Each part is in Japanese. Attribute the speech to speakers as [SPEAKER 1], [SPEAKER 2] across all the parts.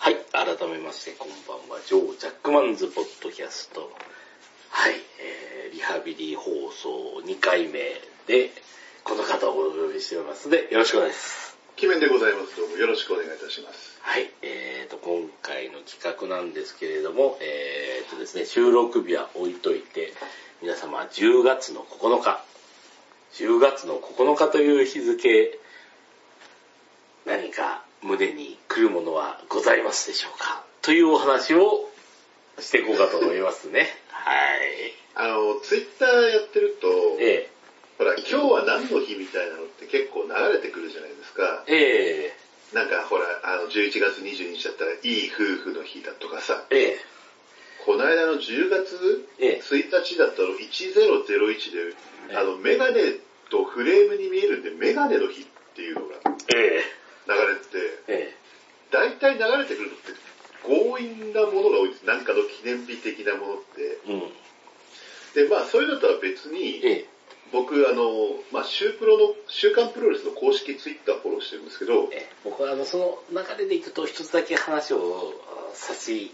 [SPEAKER 1] 改めまして、こんばんは、ジョー・ジャックマンズ・ポッドキャスト。はい、えー、リハビリ放送2回目で、この方をお呼びしておりますので、よろしくお願いします。
[SPEAKER 2] 記念でございます。どうもよろしくお願いいたします。
[SPEAKER 1] はい、えーと、今回の企画なんですけれども、えーとですね、収録日は置いといて、皆様10月の9日、10月の9日という日付、何か胸に来るものはございますでしょうかというお話をしていこうかと思いますね。はい。
[SPEAKER 2] あの、ツイッターやってると、
[SPEAKER 1] え
[SPEAKER 2] ほら、今日は何の日みたいなのって結構流れてくるじゃないですか
[SPEAKER 1] え。え
[SPEAKER 2] なんかほら、あの、11月22日だったらいい夫婦の日だとかさ、
[SPEAKER 1] ええ
[SPEAKER 2] この間の10月
[SPEAKER 1] ええ
[SPEAKER 2] 1日だったら1001
[SPEAKER 1] え
[SPEAKER 2] で、あの、メガネとフレームに見えるんで、メガネの日っていうのが
[SPEAKER 1] ええ
[SPEAKER 2] 流れてて、
[SPEAKER 1] ええ
[SPEAKER 2] 大体流れてくるのって強引なものが多いです。なんかの記念日的なものって。
[SPEAKER 1] うん。
[SPEAKER 2] で、まあ、そういうのとは別に、
[SPEAKER 1] ええ
[SPEAKER 2] 僕、あの、まあ、週プロの、週刊プロレスの公式ツイッターフォローしてるんですけど、
[SPEAKER 1] え僕はあのその流れでいくと一つだけ話をあ差し、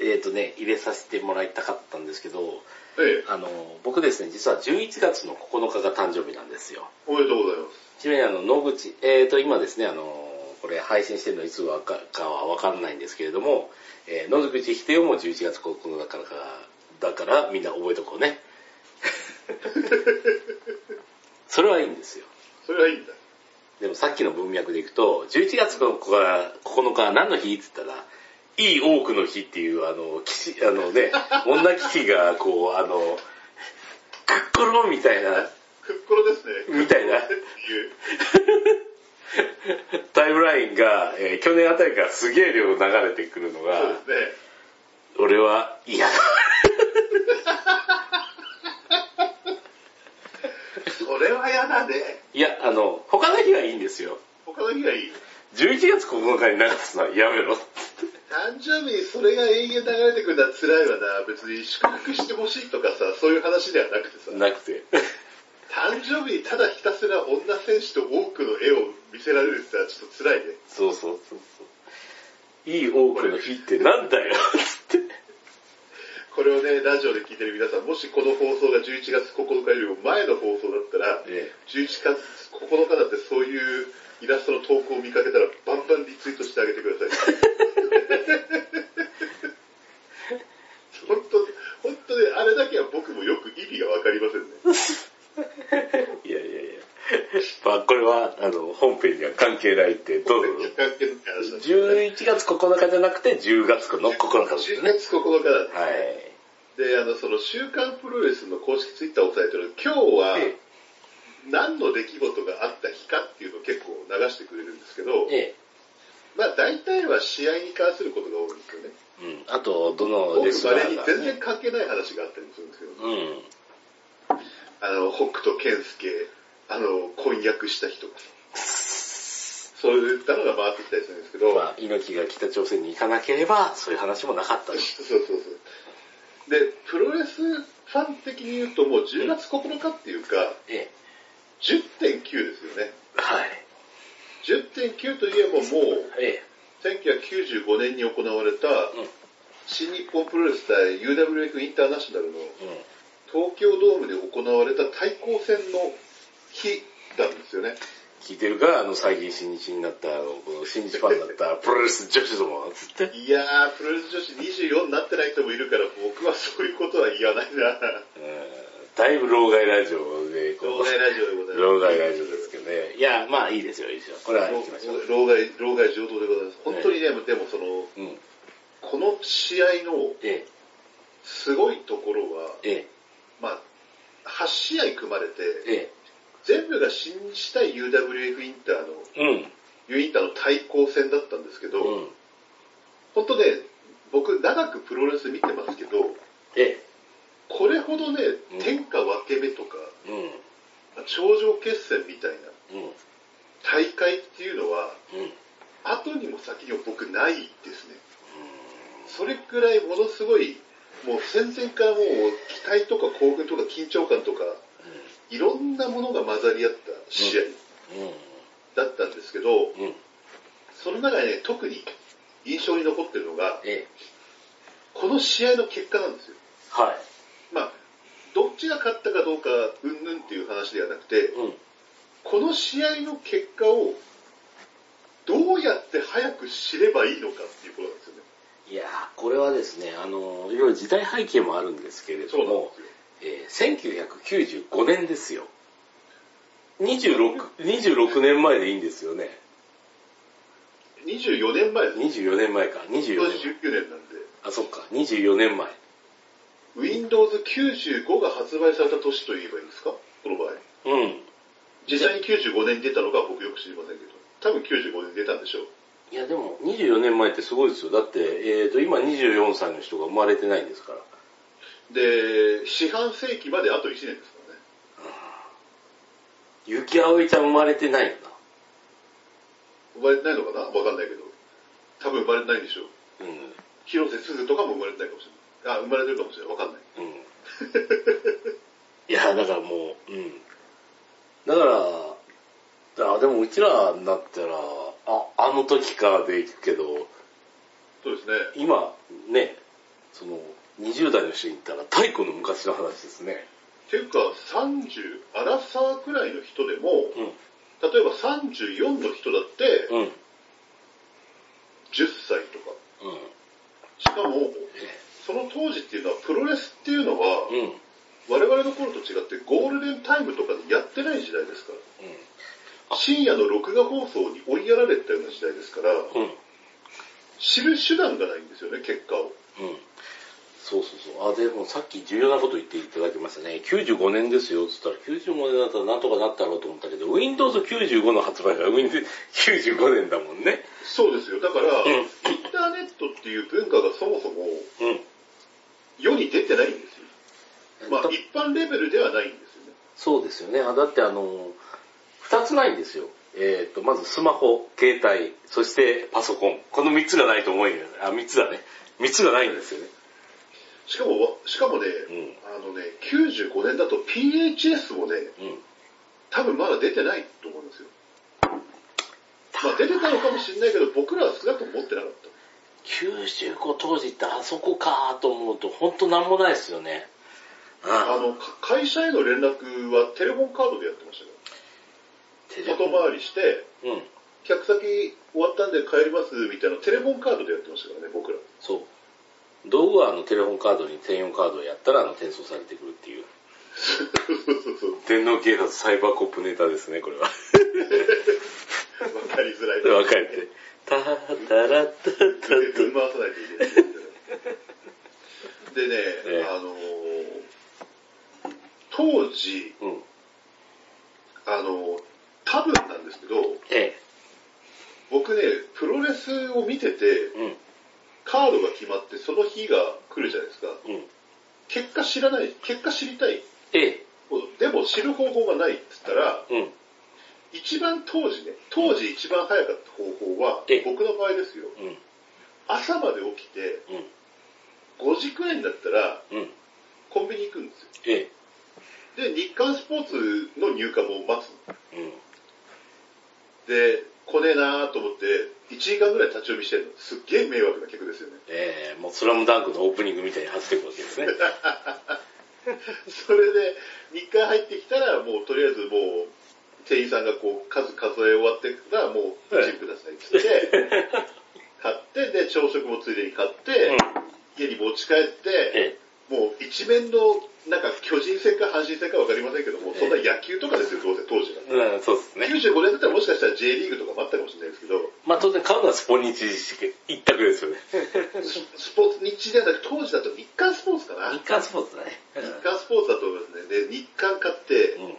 [SPEAKER 1] えっ、とね、入れさせてもらいたかったんですけど、
[SPEAKER 2] ええ、
[SPEAKER 1] あの、僕ですね、実は11月の9日が誕生日なんですよ。
[SPEAKER 2] おめでとうございます。
[SPEAKER 1] ちなみにあの、野口、えっ、と、今ですね、あの、これ配信してるのいつわかかはわかんないんですけれども、えー、野口秀夫も11月9日からかだからみんな覚えとこうね。それはいいんですよ。
[SPEAKER 2] それはいいんだ。
[SPEAKER 1] でもさっきの文脈でいくと、11月の9日9日は何の日って言ったら、いい多くの日っていう、あの、騎士、あのね、女騎士が、こう、あの、クッコロみたいな、
[SPEAKER 2] くっころですね。
[SPEAKER 1] みたいな
[SPEAKER 2] っていう。
[SPEAKER 1] タイムラインが、えー去年あたりからすげえ量流れてくるのが、
[SPEAKER 2] そうですね。
[SPEAKER 1] 俺は嫌だ。
[SPEAKER 2] それは嫌だね。
[SPEAKER 1] いや、あの、他の日はいいんですよ。
[SPEAKER 2] 他の日がいい。
[SPEAKER 1] 11月9日に流すのはやめろ。
[SPEAKER 2] 誕生日にそれが永遠流れてくるのは辛いわな。別に宿泊してほしいとかさ、そういう話ではなくてさ、
[SPEAKER 1] なくて。
[SPEAKER 2] 誕生日にただひたすら女選手と多くの絵を見せられるってのはちょっと辛いね。
[SPEAKER 1] そうそうそうそう。いい多くの日ってなんだよ、つって。
[SPEAKER 2] これをね、ラジオで聞いてる皆さん、もしこの放送が11月9日よりも前の放送だったら、
[SPEAKER 1] え
[SPEAKER 2] 11月9日だってそういうイラストの投稿を見かけたら、バンバンリツイートしてあげてください。本当、本当ね、あれだけは僕もよく意味がわかりませんね。
[SPEAKER 1] いやいやいや。まあこれは、あの、本編には関係ないって、どうぞ。
[SPEAKER 2] 関係ない話なんですよね
[SPEAKER 1] 11月9日じゃなくて10月の9日です
[SPEAKER 2] 11
[SPEAKER 1] ね。
[SPEAKER 2] 月9日だって。
[SPEAKER 1] はい。
[SPEAKER 2] で、あの、その週刊プロレスの公式ツイッターを押さえてる、今日は、
[SPEAKER 1] え
[SPEAKER 2] 何の出来事があった日かっていうのを結構流してくれるんですけど
[SPEAKER 1] え、ええ。
[SPEAKER 2] まあ大体は試合に関することが多いんですよね。
[SPEAKER 1] うん。あと、どのレ
[SPEAKER 2] 僕
[SPEAKER 1] ス
[SPEAKER 2] ま
[SPEAKER 1] ラ
[SPEAKER 2] れ
[SPEAKER 1] ー
[SPEAKER 2] に
[SPEAKER 1] が、
[SPEAKER 2] 全然
[SPEAKER 1] ね。
[SPEAKER 2] 関係ない話があったりもするんですけど、
[SPEAKER 1] うん。
[SPEAKER 2] あの、北斗健介、あの、婚約した人が、そういったのが回ってきたりするんですけど、
[SPEAKER 1] まあ、猪木が北朝鮮に行かなければ、そういう話もなかったです。
[SPEAKER 2] そうそうそう。で、プロレスファン的に言うともう10月9日っていうか、
[SPEAKER 1] ええ。
[SPEAKER 2] 10.9ですよね。
[SPEAKER 1] はい。
[SPEAKER 2] 10.9といえばもう、
[SPEAKER 1] ええ。
[SPEAKER 2] 1995年に行われた、
[SPEAKER 1] うん。
[SPEAKER 2] 新日本プロレス対 UWF インターナショナルの
[SPEAKER 1] うん。
[SPEAKER 2] 東京ドームで行われた対抗戦の日なんですよね。
[SPEAKER 1] 聞いてるか、あの、最近新日になった、あの、この新日ファンだった、プロレス女子ども、つって。
[SPEAKER 2] いやー、プロレス女子24になってない人もいるから僕はそういうことは言わないな。
[SPEAKER 1] うんだいぶ老害ラジオで、こ
[SPEAKER 2] 老害ラジオでございます。
[SPEAKER 1] 老害ラジオですけどね。いや、まあいいですよ、いいですよ。これは行きましょう。
[SPEAKER 2] 老老害、老害上等でございます。本当にね、でもその、
[SPEAKER 1] うん。
[SPEAKER 2] この試合の
[SPEAKER 1] え
[SPEAKER 2] すごいところは、
[SPEAKER 1] え、え
[SPEAKER 2] まあ、8試合組まれて、
[SPEAKER 1] え、
[SPEAKER 2] 全部が新日対 UWF インターの、
[SPEAKER 1] ええ。うん。
[SPEAKER 2] U インターの対抗戦だったんですけど、
[SPEAKER 1] うん。
[SPEAKER 2] 本当ね、僕長くプロレス見てますけど、
[SPEAKER 1] ええ、
[SPEAKER 2] これほどね
[SPEAKER 1] うん、
[SPEAKER 2] 天下分け目とか、
[SPEAKER 1] うん。
[SPEAKER 2] 頂上決戦みたいな
[SPEAKER 1] うん。
[SPEAKER 2] 大会っていうのは、
[SPEAKER 1] うん。うん
[SPEAKER 2] 後にも先にも僕ないですね。それくらいものすごい、もう戦前からもう期待とか興奮とか緊張感とか、いろんなものが混ざり合った試合
[SPEAKER 1] うん。
[SPEAKER 2] だったんですけど、
[SPEAKER 1] うん。
[SPEAKER 2] その中でね、特に印象に残ってるのが、
[SPEAKER 1] ええ。
[SPEAKER 2] この試合の結果なんですよ。
[SPEAKER 1] は
[SPEAKER 2] まあ、どっちが勝ったかどうか、うんぬんっていう話ではなくて
[SPEAKER 1] い。、うん。
[SPEAKER 2] この試合の結果を、どうやって早く知ればいいのかっていうことなんですよね。
[SPEAKER 1] いやーこれはですね、あのー、いろいろ時代背景もあるんですけれど
[SPEAKER 2] そうなん
[SPEAKER 1] も
[SPEAKER 2] で、すよ。
[SPEAKER 1] えー1995年ですよ。26、26年前でいいんですよね。
[SPEAKER 2] 24年前ですね。
[SPEAKER 1] 24年前か。24
[SPEAKER 2] 今
[SPEAKER 1] 年前。
[SPEAKER 2] 年19年なんで。
[SPEAKER 1] あ、そっか。24年前。
[SPEAKER 2] Windows 95が発売された年と言えばいいですかこの場合。
[SPEAKER 1] うん。
[SPEAKER 2] 実際に95年に出たのか僕よく知りませんけど。多分95年に出たんでしょう。
[SPEAKER 1] いやでも24年前ってすごいですよ。だって、えー、と、今24歳の人が生まれてないんですから。
[SPEAKER 2] で、四半世紀まであと1年ですからね。
[SPEAKER 1] 雪葵ちゃん生まれてないよ
[SPEAKER 2] 生まれてないのかなわかんないけど。多分生まれてないでしょう。
[SPEAKER 1] な。
[SPEAKER 2] 広瀬すずとかも生まれてないかもしれない。あ、生まれてるかもしれない。わかんない。
[SPEAKER 1] うん。うん。いや、だからもう、うん。だから、あ、でもうちらになったら、あ、あの時かで行くけど、
[SPEAKER 2] そうですね。
[SPEAKER 1] 今、ね、その、20代の人に言ったら太古の昔の話ですね。
[SPEAKER 2] ていうか、30、アラサーくらいの人でも、
[SPEAKER 1] うん。
[SPEAKER 2] 例えば34の人だって、
[SPEAKER 1] うん。うん。
[SPEAKER 2] 10歳とか。しかも、その当時っていうのは、プロレスっていうのは、
[SPEAKER 1] うん。
[SPEAKER 2] 我々の頃と違ってゴールデンタイムとかでやってない時代ですから。
[SPEAKER 1] あ
[SPEAKER 2] 深夜の録画放送に追いやられたような時代ですから、
[SPEAKER 1] うん。うん。
[SPEAKER 2] 知る手段がないんですよね、結果を。
[SPEAKER 1] うん。そうそうそう。あ、でもさっき重要なこと言っていただきましたね。95年ですよって言ったら、95年だったらなんとかなったろうと思ったけど、Windows95 の発売が Windows95 年だもんね。
[SPEAKER 2] そうですよ。だから、
[SPEAKER 1] うん
[SPEAKER 2] インターネットっていう文化がそもそも
[SPEAKER 1] うん。
[SPEAKER 2] 世に出てないんですよ。まあ、一般レベルではないんですよね。
[SPEAKER 1] そうですよね。あだってあの、二つないんですよ。えっ、と、まずスマホ、携帯、そしてパソコン。この三つがないと思うよね。あ、三つだね。三つがないんですよね。
[SPEAKER 2] しかもわ、しかもね、
[SPEAKER 1] ん
[SPEAKER 2] あのね、95年だと PHS もね、
[SPEAKER 1] うん。
[SPEAKER 2] 多分まだ出てないと思うんですよ。まあ、出てたのかもしれないけど、僕らは少なくとも持ってなかった。
[SPEAKER 1] 95当時ってあそこかと思うと、ほんとなんもないですよね。うん。
[SPEAKER 2] あの、か会社への連絡はテレフォンカードでやってましたか
[SPEAKER 1] テレ
[SPEAKER 2] ら。
[SPEAKER 1] ビ
[SPEAKER 2] 外回りして、
[SPEAKER 1] うん。
[SPEAKER 2] 客先終わったんで帰りますみたいなテレフォンカードでやってましたからね、僕ら。
[SPEAKER 1] そう。道具はあのテレフォンカードに専用カードをやったらあの転送されてくるっていう。
[SPEAKER 2] そうそうそう。
[SPEAKER 1] 天皇警察サイバーコップネタですね、これ は。
[SPEAKER 2] わかりづらい。
[SPEAKER 1] わかるね。たーたらたた
[SPEAKER 2] 全然踏み回さないといけない。でね、
[SPEAKER 1] ええ
[SPEAKER 2] あのー当時、
[SPEAKER 1] と。うん。
[SPEAKER 2] あのー多分なんですけど、
[SPEAKER 1] え
[SPEAKER 2] 僕ね、プロレスを見てて
[SPEAKER 1] え。、うん。
[SPEAKER 2] カードが決まってその日が来るじゃないですか。
[SPEAKER 1] うん。
[SPEAKER 2] 結果知らない、結果知りたい。
[SPEAKER 1] ええ。
[SPEAKER 2] でも知る方法がないって言ったら、
[SPEAKER 1] うん。
[SPEAKER 2] 一番当時ね、当時一番早かった方法は
[SPEAKER 1] ええ、
[SPEAKER 2] 僕の場合ですよ、
[SPEAKER 1] うん。
[SPEAKER 2] 朝まで起きて、
[SPEAKER 1] うん。
[SPEAKER 2] 5時くらいになったら、
[SPEAKER 1] うん。
[SPEAKER 2] コンビニ行くんですよ。
[SPEAKER 1] ええ。
[SPEAKER 2] で、日刊スポーツの入荷も待つ。
[SPEAKER 1] うん。
[SPEAKER 2] で、来ねえなーと思って、1時間ぐらい立ち読みしてるの。すっげえ迷惑な客ですよね。
[SPEAKER 1] ええ、もうスラムダンクのオープニングみたいに走っていくわけ ですね。
[SPEAKER 2] それで、日刊入ってきたら、もうとりあえずもう、店員さんがこう、数数え終わってから、もう、
[SPEAKER 1] はい
[SPEAKER 2] チンくださいって 言って、買って、で、朝食もついでに買って、家に持ち帰って、
[SPEAKER 1] え
[SPEAKER 2] もう一面の、なんか巨人戦か阪神戦かわかりませんけども、
[SPEAKER 1] ええ
[SPEAKER 2] そんな野球とかですよ、当然、当時は。
[SPEAKER 1] え。うん、そうですね。
[SPEAKER 2] 95年だったらもしかしたら J リーグとかもあったかもしれないですけど、
[SPEAKER 1] まあ当然買うのはスポニチ一択ですよね。
[SPEAKER 2] ススポーツ、日ではなく当時だと日刊スポーツかな。
[SPEAKER 1] 日
[SPEAKER 2] 日
[SPEAKER 1] 刊スポーツだね。
[SPEAKER 2] 刊スポーツだと思いますね。で、日刊買って、
[SPEAKER 1] うん。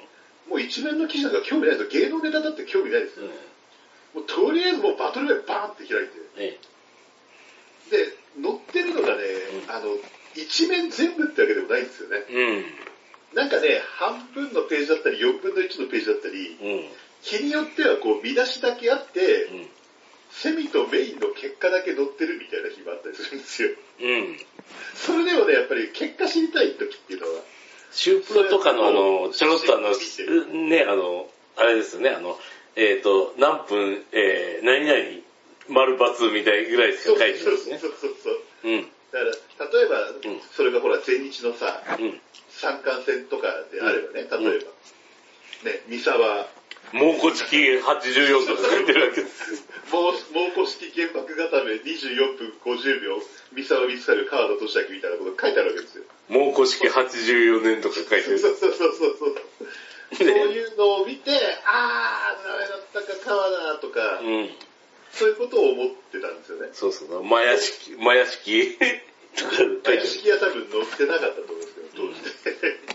[SPEAKER 2] もう一面の記事なんか興味ないですよ。芸能ネタだって興味ないです
[SPEAKER 1] う
[SPEAKER 2] よ。
[SPEAKER 1] ん。
[SPEAKER 2] もうとりあえずもうバトルウェイバーンって開いて。
[SPEAKER 1] ええ。
[SPEAKER 2] で、載ってるのがね、
[SPEAKER 1] うん
[SPEAKER 2] あの、一面全部ってわけでもないんですよね。
[SPEAKER 1] う
[SPEAKER 2] なんかね、半分のページだったり、4分の1のページだったり、
[SPEAKER 1] ん。うん。
[SPEAKER 2] 日によってはこう見出しだけあって、
[SPEAKER 1] うん。
[SPEAKER 2] セミとメインの結果だけ載ってるみたいな日もあったりするんですよ。
[SPEAKER 1] うん。
[SPEAKER 2] それでもね、やっぱり結果知りたい時っていうのは、
[SPEAKER 1] シュープロとかのあの、ちょろっとあ
[SPEAKER 2] 見てる
[SPEAKER 1] の、ね、あの、あれですよね、あの、えっ、と、何分、えー、何々丸×みたいぐらいし
[SPEAKER 2] そう
[SPEAKER 1] か
[SPEAKER 2] そ
[SPEAKER 1] 書
[SPEAKER 2] う
[SPEAKER 1] いてないですね
[SPEAKER 2] そうそうそう。
[SPEAKER 1] うん
[SPEAKER 2] だから、例えば、
[SPEAKER 1] うん
[SPEAKER 2] それがほら、全日のさ、
[SPEAKER 1] うん
[SPEAKER 2] 三冠戦とかであればね、
[SPEAKER 1] ん
[SPEAKER 2] 例えば、ね、三沢、
[SPEAKER 1] 猛虎チキン84とか書いてるわけ ですよ
[SPEAKER 2] 猛猛虎式原爆固め24分50秒、三沢光晴川田俊明みたいなこと書いてあるわけですよ。
[SPEAKER 1] 猛虎式84年とか書いて
[SPEAKER 2] そう
[SPEAKER 1] る
[SPEAKER 2] そうそうそうそう。そういうのを見て、あー、ダメだったか、川田とか、
[SPEAKER 1] うん
[SPEAKER 2] そういうことを思ってたんですよね。
[SPEAKER 1] そうそうマヤ式マヤ 式とか書いて
[SPEAKER 2] マ
[SPEAKER 1] あ
[SPEAKER 2] ヤ
[SPEAKER 1] る
[SPEAKER 2] 式は多分載ってなかったと思うんですけど、当時ね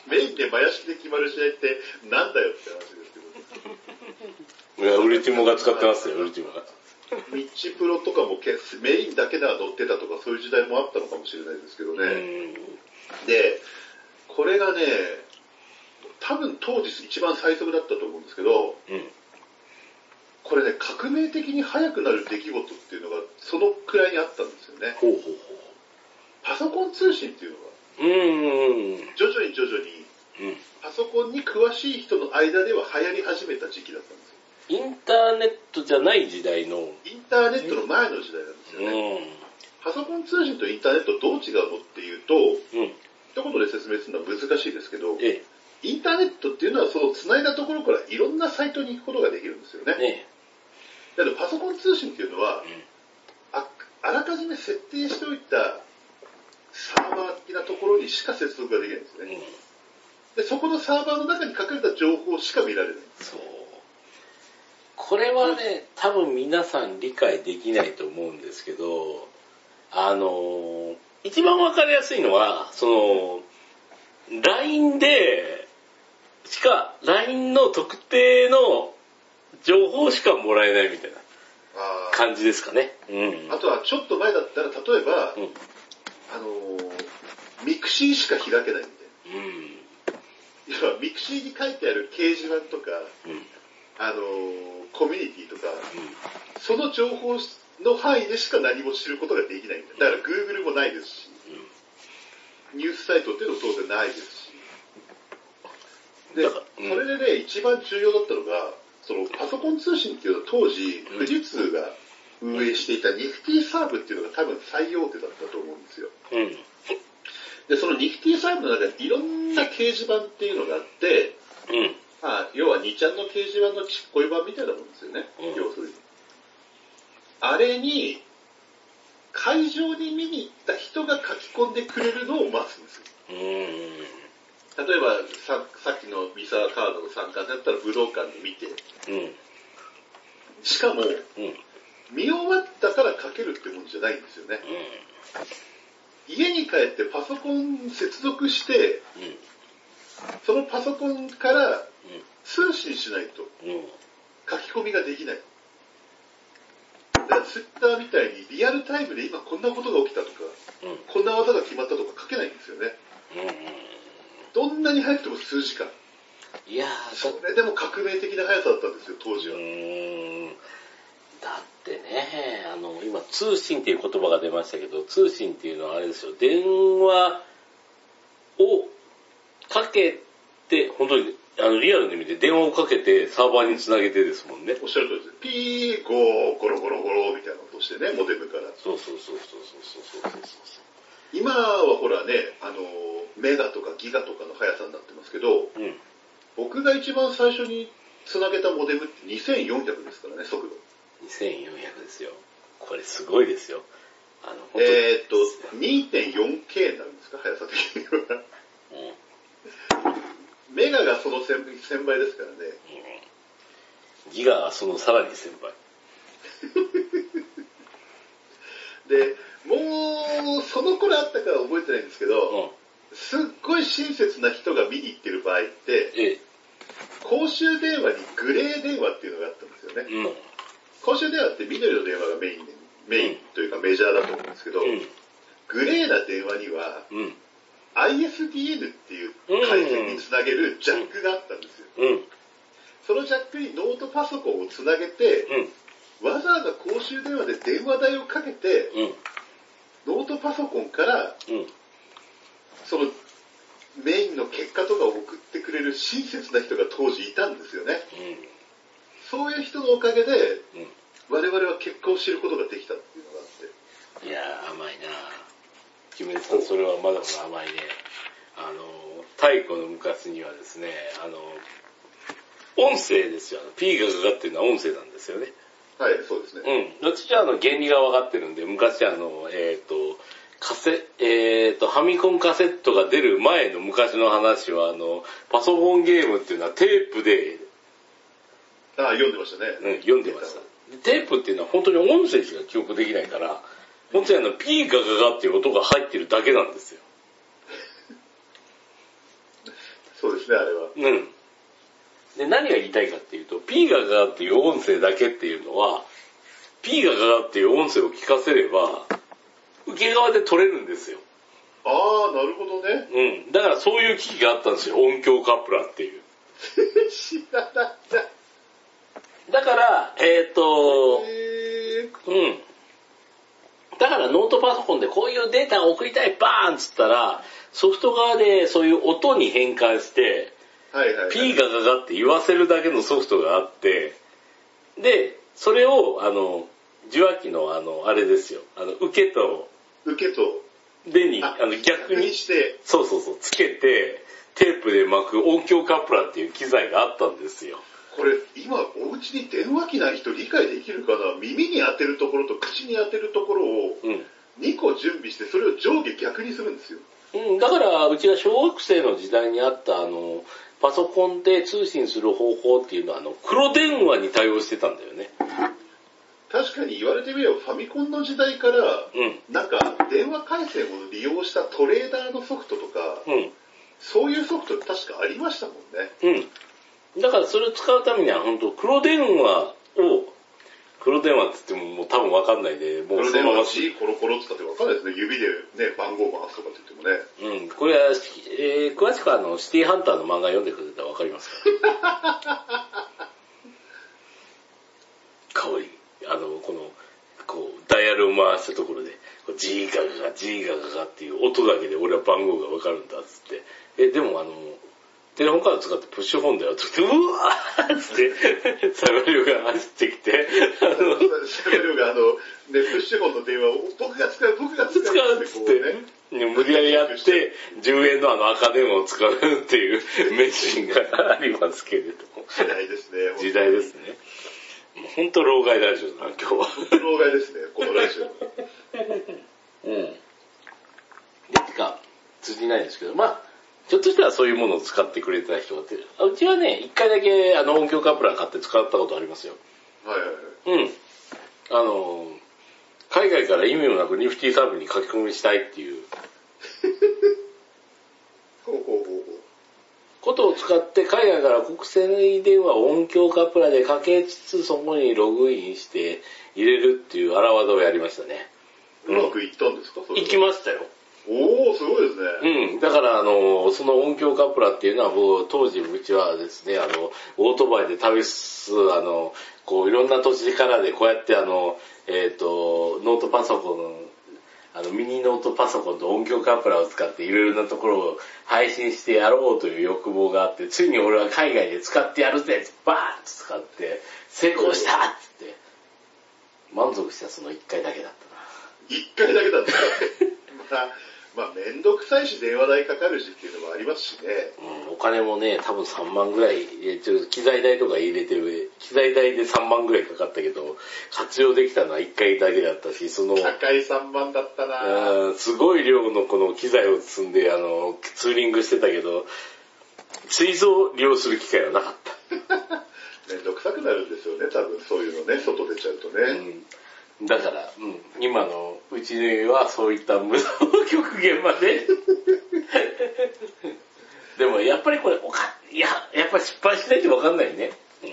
[SPEAKER 2] メインでマヤ式で決まる試合ってなんだよって話ですけど。
[SPEAKER 1] いやウルティモが使ってますよウルティモが
[SPEAKER 2] ミッチプロとかもけメインだけでは乗ってたとかそういう時代もあったのかもしれないですけど
[SPEAKER 1] う
[SPEAKER 2] ね。
[SPEAKER 1] ん
[SPEAKER 2] で、これがね、多分当時一番最速だったと思うんですけど、
[SPEAKER 1] うん
[SPEAKER 2] これね、革命的に速くなる出来事っていうのがそのくらいにあったんですよね。
[SPEAKER 1] ほうほうほ
[SPEAKER 2] パソコン通信っていうのが
[SPEAKER 1] ううんうん
[SPEAKER 2] 徐々に徐々に
[SPEAKER 1] うん
[SPEAKER 2] パソコンに詳しい人の間では流行り始めた時期だったんですよ。
[SPEAKER 1] インターネットじゃない時代の
[SPEAKER 2] インターネットの前の時代なんです
[SPEAKER 1] う
[SPEAKER 2] よね。
[SPEAKER 1] ん
[SPEAKER 2] パソコン通信とインターネットどう違うのっていうと、
[SPEAKER 1] うん
[SPEAKER 2] 一言で説明するのは難しいですけど、
[SPEAKER 1] え
[SPEAKER 2] インターネットっていうのはその繋いだところからいろんなサイトに行くことができるんですよね。
[SPEAKER 1] えね
[SPEAKER 2] だけどパソコン通信っていうのは
[SPEAKER 1] え、
[SPEAKER 2] ああらかじめ設定しておいたサーバー的なところにしか接続ができないんです
[SPEAKER 1] うん
[SPEAKER 2] ね。で、そこのサーバーの中に隠れた情報しか見られない。
[SPEAKER 1] そうこれはね多分皆さん理解できないと思うんですけどあの一番わかりやすいのはその LINE でしか LINE の特定の情報しかもらえないみたいな
[SPEAKER 2] あ
[SPEAKER 1] 感じですかねうん
[SPEAKER 2] あとはちょっと前だったら例えば、
[SPEAKER 1] うん
[SPEAKER 2] あのーミクシーしか開けないみ
[SPEAKER 1] うん
[SPEAKER 2] たいな。要はミクシーに書いてある掲示板とか、
[SPEAKER 1] うん
[SPEAKER 2] あのーコミュニティとか、その情報の範囲でしか何も知ることができないんだ。だから Google もないですし、ニュースサイトっていうのも当然ないですし。で、
[SPEAKER 1] だからうん
[SPEAKER 2] それでね、一番重要だったのが、そのパソコン通信っていうのは当時、
[SPEAKER 1] うん
[SPEAKER 2] 富士通が運営していたニフティサーブっていうのが多分最大手だったと思うんですよ。
[SPEAKER 1] うんうん
[SPEAKER 2] で、そのニフティサーブの中にいろんな掲示板っていうのがあって、
[SPEAKER 1] うん
[SPEAKER 2] まあ、要は2ちゃんの掲示板のちっこい版みたいなもんですよね、
[SPEAKER 1] うん
[SPEAKER 2] 要するに。あれに、会場に見に行った人が書き込んでくれるのを待つんですよ。
[SPEAKER 1] うん
[SPEAKER 2] 例えば、ささっきのミサカードの参加だったら武道館で見て、
[SPEAKER 1] うん
[SPEAKER 2] しかも、
[SPEAKER 1] うん
[SPEAKER 2] 見終わったから書けるってもんじゃないんですよね。家に帰ってパソコン接続して、そのパソコンから通信しないと
[SPEAKER 1] うんうん
[SPEAKER 2] 書き込みができない。だからツイッターみたいにリアルタイムで今こんなことが起きたとか、
[SPEAKER 1] うん
[SPEAKER 2] こんな技が決まったとか書けないんですよね。どんなに早くても数時間。
[SPEAKER 1] いやー、だ
[SPEAKER 2] そ
[SPEAKER 1] っ
[SPEAKER 2] れでも革命的な速さだったんですよ、当
[SPEAKER 1] て、
[SPEAKER 2] 時は。
[SPEAKER 1] だってね、あの、今、通信っていう言葉が出ましたけど、通信っていうのはあれですよ、電話をかけて、本当に、あの、リアルで見て、電話をかけて、サーバーにつなげてですもんね。
[SPEAKER 2] おっしゃる通りです。ピー、ゴー、ゴロゴロゴロみたいなことしてね、モデムから。
[SPEAKER 1] そうそうそうそうそうそうそうそ
[SPEAKER 2] 今はほらね、あの、メガとかギガとかの速さになってますけど、
[SPEAKER 1] う。うん。
[SPEAKER 2] 僕が一番最初に繋げたモデムって2400ですからね、速度。
[SPEAKER 1] 2400ですよ。これすごいですよ。あの、本当に、
[SPEAKER 2] えーっと、2.4K になるんですか、速さ的には。
[SPEAKER 1] うんうん
[SPEAKER 2] メガがその 1000, 1000倍ですからね。
[SPEAKER 1] ギガはそのさらに先輩。
[SPEAKER 2] で、もう、その頃あったかは覚えてないんですけど、
[SPEAKER 1] うん。
[SPEAKER 2] すっごい親切な人が見に行ってる場合って、
[SPEAKER 1] ええ、
[SPEAKER 2] 公衆電話にグレー電話っていうのがあったんですよね。
[SPEAKER 1] うん。
[SPEAKER 2] 公衆電話って緑の電話がメインで、メインというかメジャーだと思うんですけど、グレーな電話には
[SPEAKER 1] うん。うん。
[SPEAKER 2] ISDN っていう回線につなげるジャックがあったんですよ。
[SPEAKER 1] うん。
[SPEAKER 2] そのジャックにノートパソコンをつなげて、
[SPEAKER 1] うん。
[SPEAKER 2] わざわざ公衆電話で電話代をかけて、
[SPEAKER 1] うん。
[SPEAKER 2] ノートパソコンから
[SPEAKER 1] うん。
[SPEAKER 2] そのメインの結果とかを送ってくれる親切な人が当時いたんですよね。そういう人のおかげ
[SPEAKER 1] う
[SPEAKER 2] で、
[SPEAKER 1] ん。
[SPEAKER 2] 我々は結果を知ることができたっていうのがあって。
[SPEAKER 1] いやー甘いなキムさんそれはまだまだ甘いねあの太古の昔にはですねあの音声ですよあの P がかかってるのは音声なんですよね
[SPEAKER 2] はい、そうですね。
[SPEAKER 1] うん私はあの原理が分かってるんで昔あのえっ、とカセえっとファミコンカセットが出る前の昔の話はあのパソコンゲームっていうのはテープで
[SPEAKER 2] ああ、読んでましたね。
[SPEAKER 1] うん、読んでました。でテープっていうのは本当に音声しか記憶できないから、本当にあの、ピーガガガっていう音が入ってるだけなんですよ。
[SPEAKER 2] そうですね、あれは。
[SPEAKER 1] うん。で、何が言いたいかっていうと、ピーガガガっていう音声だけっていうのは、ピーガガガっていう音声を聞かせれば、受け側で取れるんですよ。
[SPEAKER 2] ああ、なるほどね。
[SPEAKER 1] うん。だからそういう機器があったんですよ。音響カプラーっていう。
[SPEAKER 2] 知らなかった。
[SPEAKER 1] だから、えっ、と、
[SPEAKER 2] えー、
[SPEAKER 1] うん。だからノートパソコンでこういうデータを送りたいバーンっつったら、ソフト側でそういう音に変換して、
[SPEAKER 2] はいはい、はい。
[SPEAKER 1] P がガガって言わせるだけのソフトがあって、で、それを、あの、受話器のあの、あれですよ、あの、受けと
[SPEAKER 2] 受けと
[SPEAKER 1] でに、あ
[SPEAKER 2] あ
[SPEAKER 1] の、逆に
[SPEAKER 2] に、して、
[SPEAKER 1] そうそうそう、つけて、テープで巻く音響カプラーっていう機材があったんですよ。
[SPEAKER 2] これ今お家に電話機ない人理解できるかな耳に当てるところと口に当てるところを
[SPEAKER 1] うん。
[SPEAKER 2] 2個準備してそれを上下逆にするんですよ。
[SPEAKER 1] うん、だから、うちが小学生の時代にあった、あの、パソコンで通信する方法っていうのは、あの、黒電話に対応してたんだよね。
[SPEAKER 2] 確かに言われてみればファミコンの時代から
[SPEAKER 1] うん。
[SPEAKER 2] なんか電話回線を利用したトレーダーのソフトとか
[SPEAKER 1] うん。
[SPEAKER 2] そういうソフトって確かありましたもんね。
[SPEAKER 1] うん。だから、それを使うためには、本当黒電話を、黒電話って言っても、もう多分わかんないで、も
[SPEAKER 2] こ
[SPEAKER 1] う
[SPEAKER 2] れ
[SPEAKER 1] そ
[SPEAKER 2] で
[SPEAKER 1] のまま、
[SPEAKER 2] 私コロコロって言ったってわかんないですね。指でね、番号回すとかって言ってもね。
[SPEAKER 1] うん。これは、えー詳しくは、あの、シティハンターの漫画読んでくれたらわかりますから。かわいい。あの、この、こう、ダイヤルを回したところで、こうジーガガガ、ジーガガガっていう音だけで俺は番号がわかるんだっつって。え、でもあの、テレホンカード使ってプッシュホンだよって言って、うわーっつって、サムリオが走ってきて、あの、
[SPEAKER 2] 喋るがあの、ね、プッシュホンの電話を僕が使う、僕が使
[SPEAKER 1] 使
[SPEAKER 2] う
[SPEAKER 1] うっつって、ね、無理やりやって、10円のあの赤電話を使うって いう名シーンがありますけれども、
[SPEAKER 2] 時代ですね。
[SPEAKER 1] 時代ですね。もうほんと老害ラジオだな、今日は。
[SPEAKER 2] 老害ですね、このラジ
[SPEAKER 1] う
[SPEAKER 2] オ。
[SPEAKER 1] ん。で、てか、通じないんですけど、まあちょっとしたらそういうものを使ってくれてた人がって、あうちはね、一回だけあの音響カプラー買って使ったことありますよ。
[SPEAKER 2] はいはいは
[SPEAKER 1] う
[SPEAKER 2] い。
[SPEAKER 1] ん。あの、海外から意味もなくニフティサーブに書き込みしたいっていう
[SPEAKER 2] ほうほうほうほう。
[SPEAKER 1] ことを使って海外から国際電話を音響カプラでかけつつそこにログインして入れるっていう荒技をやりましたね。
[SPEAKER 2] うまくいったんですかそれ
[SPEAKER 1] 行きましたよ。
[SPEAKER 2] おおすごいですね。
[SPEAKER 1] うん。だから、あの、その音響カプラっていうのは、僕、当時、うちはですね、あの、オートバイで旅す、あの、こう、いろんな土地からで、こうやって、あの、えっ、と、ノートパソコン、あの、ミニノートパソコンと音響カプラを使って、いろいろなところを配信してやろうという欲望があって、ついに俺は海外で使ってやるぜバーンと使って、成功したっつって、満足したその一回だけだったな。
[SPEAKER 2] 一回だけだった。まあ、まあ、めんどくさいし、電話代かかるしっていうのもありますしね。
[SPEAKER 1] うんお金もね、多分3万ぐらい、えちょっと機材代とか入れてる、機材代で3万ぐらいかかったけど、活用できたのは1回だけだったし、その、
[SPEAKER 2] 高い3万だったな
[SPEAKER 1] うんすごい量のこの機材を積んで、あの、ツーリングしてたけど、水槽を利用する機会はなかっ
[SPEAKER 2] めんどくさくなるんですよね、多分そういうのね、外出ちゃうと
[SPEAKER 1] た。
[SPEAKER 2] ね。
[SPEAKER 1] うんだから、うん今のうちのはそういった無駄の極限まで。でもやっぱりこれおか、いや、やっぱ失敗しないとわかんないね。うん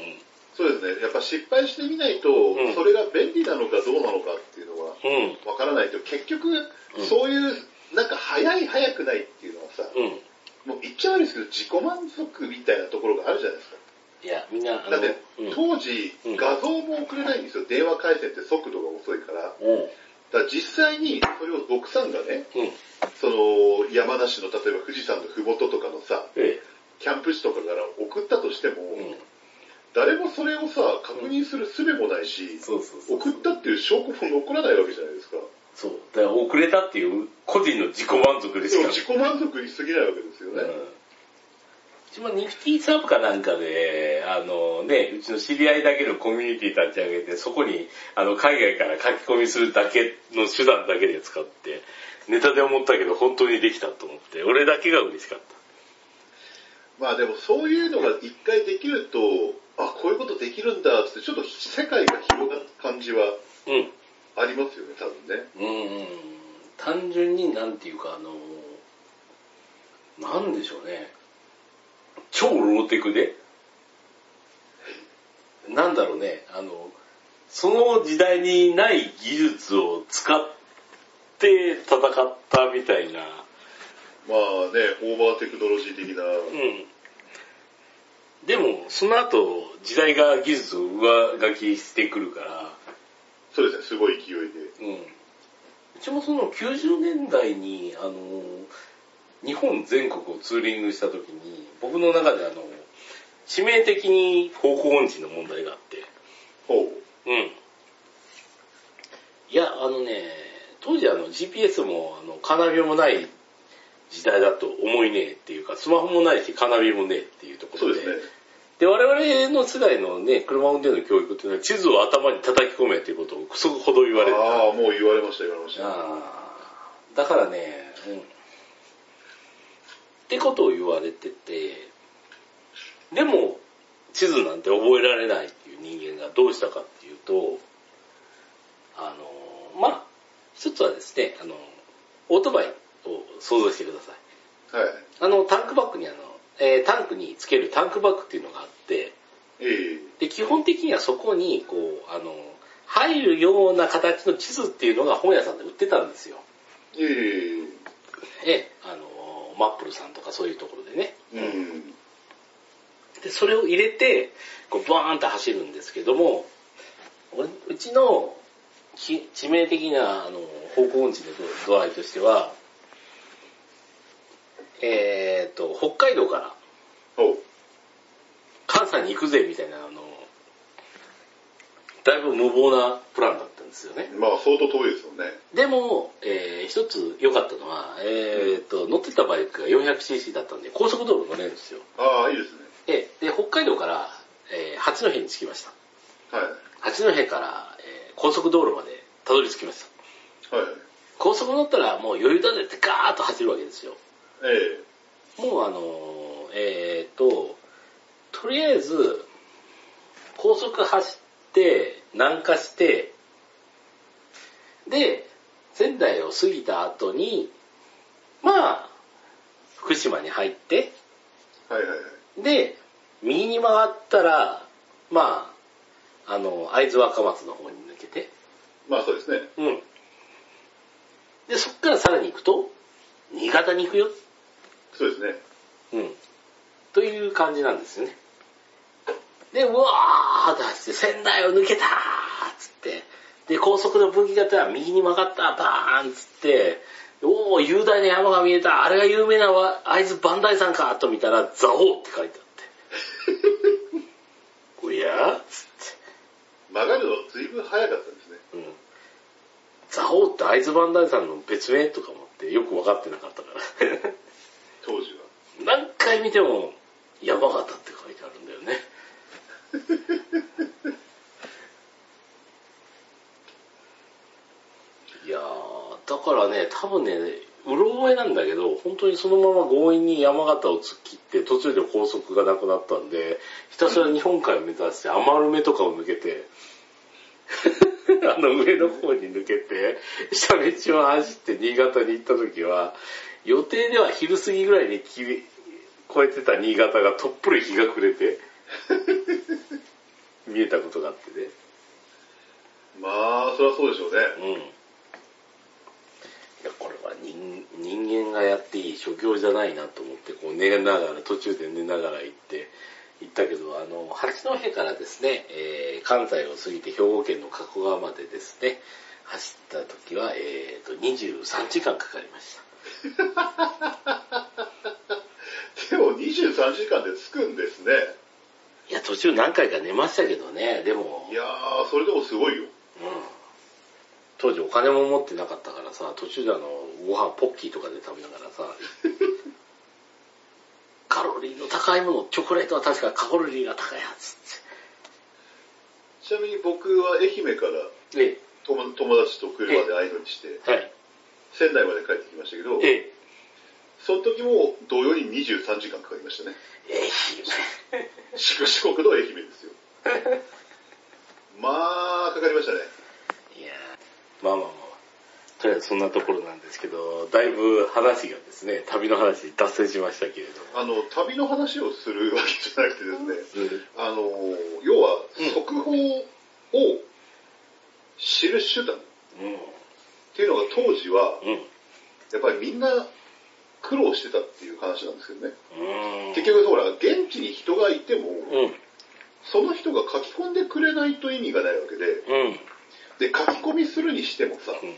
[SPEAKER 2] そうですね、やっぱ失敗してみないと、
[SPEAKER 1] ん
[SPEAKER 2] それが便利なのかどうなのかっていうのは、
[SPEAKER 1] うん。
[SPEAKER 2] わからないと、結局、そういう、なんか早い早くないっていうのはさ、
[SPEAKER 1] うん。
[SPEAKER 2] もう言っちゃ悪いですけど、自己満足みたいなところがあるじゃないですか。
[SPEAKER 1] いや、みんな、あ
[SPEAKER 2] だ
[SPEAKER 1] の、
[SPEAKER 2] っ
[SPEAKER 1] う
[SPEAKER 2] て、
[SPEAKER 1] ん。
[SPEAKER 2] 当時、
[SPEAKER 1] うん
[SPEAKER 2] 画像も送れないんですよ。電話回線って速度が遅いから。だか
[SPEAKER 1] うん。
[SPEAKER 2] ら実際に、それを僕さんがね、
[SPEAKER 1] うん。
[SPEAKER 2] その、山梨の、例えば富士山のふもととかのさ、
[SPEAKER 1] え
[SPEAKER 2] キャンプ地とかから送ったとしても、
[SPEAKER 1] え。うん。
[SPEAKER 2] 誰もそそれをさ、確認する術もないし、
[SPEAKER 1] そうそうそう。
[SPEAKER 2] 送ったっていう証拠も残らないわけじゃないですか。
[SPEAKER 1] そう。だから遅れたっていう個人の自己満足で
[SPEAKER 2] で
[SPEAKER 1] し
[SPEAKER 2] も
[SPEAKER 1] か
[SPEAKER 2] 自己満足にしすぎないわけですよね。
[SPEAKER 1] うちもニフティサーブかなんかで、あのね、うちの知り合いだけのコミュニティ立ち上げて、そこに、あの、海外から書き込みするだけの手段だけで使って、ネタで思ったけど本当にできたと思って、俺だけが嬉しかっ
[SPEAKER 2] まあでもそういうのが一回できると、あ、こういうことできるんだって、ちょっと世界が広がる感じは
[SPEAKER 1] た。うん。
[SPEAKER 2] ありますよね、多分ね。
[SPEAKER 1] うん。単純になんていうか、あの、なんでしょうね。超ローテクで、なんだろうね、あの、その時代にない技術を使って戦ったみたいな、
[SPEAKER 2] まあね、オーバーテクノロジー的な。
[SPEAKER 1] でも、その後、時代が技術を上書きしてくるから、
[SPEAKER 2] そうですね、すごい勢いで。
[SPEAKER 1] うん。うちもその90年代に、あの、日本全国をツーリングした時に、僕の中であの、致命的に方向音痴の問題があって、
[SPEAKER 2] ほう。
[SPEAKER 1] うん。いや、あのね、当時あの GPS もあのカーナビもない時代だと思いねえっていうか、スマホもないしカーナビもねえっていうとこ
[SPEAKER 2] そ
[SPEAKER 1] ろ
[SPEAKER 2] う
[SPEAKER 1] で。
[SPEAKER 2] ですね。
[SPEAKER 1] で、我々の世代のね、車運転の教育っていうのは地図を頭に叩き込めっていうことをくそほど言われてた。
[SPEAKER 2] ああ、もう言われました、言われました。
[SPEAKER 1] あーだからね、うん。ってことを言われてて、でも、地図なんて覚えられないっていう人間がどうしたかっていうと、あの、まあ、一つはですね、あの、オートバイを想像してください。
[SPEAKER 2] はい。
[SPEAKER 1] あの、タンクバッグにあの、えータンクにつけるタンクバッグっていうのがあって、
[SPEAKER 2] ええ
[SPEAKER 1] で、基本的にはそこに、こう、あの、入るような形の地図っていうのが本屋さんで売ってたんですよ。
[SPEAKER 2] ええ
[SPEAKER 1] ええ、あの、マップルさんとかそういうところでね。
[SPEAKER 2] うん。
[SPEAKER 1] で、それを入れて、こう、バーンと走るんですけども、俺うちのき致命的な、あの、方向音痴の度合いとしては、えー、と、北海道から
[SPEAKER 2] ほう。
[SPEAKER 1] 関西に行くぜみたいな、あの、だいぶ無謀なプランだったんですよね。
[SPEAKER 2] まあ相当遠いですよね。
[SPEAKER 1] でも、えー一つ良かったのは、えーと、乗ってたバイクが 400cc だったんで、高速道路乗れるんですよ。
[SPEAKER 2] ああ、いいですね。
[SPEAKER 1] で、で北海道から、えー八戸に着きました。
[SPEAKER 2] はい。
[SPEAKER 1] 八戸から、えー高速道路までたどり着きました。
[SPEAKER 2] はい。
[SPEAKER 1] 高速乗ったらもう余裕だねってガーッと走るわけですよ。
[SPEAKER 2] ええ
[SPEAKER 1] もうあのーえーと、とりあえず、高速走って、南下して、で、仙台を過ぎた後に、まあ、福島に入って、
[SPEAKER 2] はいはいはい。
[SPEAKER 1] で、右に回ったら、まあ、あの、会津若松の方に抜けて、
[SPEAKER 2] まあそうですね。
[SPEAKER 1] うん。で、そっからさらに行くと、新潟に行くよ。
[SPEAKER 2] そうですね。
[SPEAKER 1] うん。という感じなんですよね。で、うわーって走って、仙台を抜けたーっつって、で、高速の分岐型は右に曲がった、バーンっつって、おー、雄大な山が見えた、あれが有名なわ会津磐梯山か、と見たら、ザオーって書いてあって。おやーっつって。
[SPEAKER 2] 曲がるのは随分早かったですね。
[SPEAKER 1] うん。ザオーって会津磐梯山の別名とかもってよく分かってなかったから。
[SPEAKER 2] 当時は。
[SPEAKER 1] 何回見ても山形って書いてあるんだよね。いやー、だからね、多分ね、うろ覚えなんだけど、本当にそのまま強引に山形を突っ切って、途中で高速がなくなったんで、ひたすら日本海を目指して、余る目とかを抜けて、 あの上の方に抜けて、下道を走って新潟に行った時は、予定では昼過ぎぐらいに切り越えてた新潟がとっぷり日が暮れて、 見えたことがあってね。
[SPEAKER 2] まあ、そりゃそうでしょうね。
[SPEAKER 1] うん。いや、これは人人間がやっていい所業じゃないなと思って、こう寝ながら、途中で寝ながら行って、行ったけど、あの、八戸からですね、えー関西を過ぎて兵庫県の加古川までですね、走った時は、えーと、23時間かかりました。
[SPEAKER 2] でも23時間で着くんですね。
[SPEAKER 1] いや、途中何回か寝ましたけどね、でも
[SPEAKER 2] い、やー、それでもすごい
[SPEAKER 1] う
[SPEAKER 2] よ。
[SPEAKER 1] ん当時お金も持ってなかったからさ、途中であの、ご飯ポッキーとかで食べながら さ、カロリーの高いもの、チョコレートは確かカロリーが高いはずっ
[SPEAKER 2] ちなみに僕は愛媛から
[SPEAKER 1] つって。え
[SPEAKER 2] 友友達と車でアイドルして、
[SPEAKER 1] え、はい。
[SPEAKER 2] 仙台まで帰ってきましたけど、
[SPEAKER 1] ええ、
[SPEAKER 2] その時も同様に23時間かかりましたね。
[SPEAKER 1] ええ、
[SPEAKER 2] 四国の愛媛です よ。まあ、かかりましたね。
[SPEAKER 1] いやーまあまあまあ。とりあえずそんなところなんですけど、だいぶ話がですね、旅の話に脱線しましたけれども。
[SPEAKER 2] あの、旅の話をするわけじゃなくてですね、
[SPEAKER 1] うん
[SPEAKER 2] あの、要は
[SPEAKER 1] うん、
[SPEAKER 2] 速報を知る手段っ
[SPEAKER 1] うん。
[SPEAKER 2] ていうのが当時は、
[SPEAKER 1] うん。
[SPEAKER 2] やっぱりみんな苦労してたっていう話なんですけどね。
[SPEAKER 1] うん。
[SPEAKER 2] 結局、ほら、現地に人がいても、
[SPEAKER 1] うん。
[SPEAKER 2] その人が書き込んでくれないと意味がないわけで、
[SPEAKER 1] うん。
[SPEAKER 2] で、書き込みするにしてもさ、
[SPEAKER 1] うん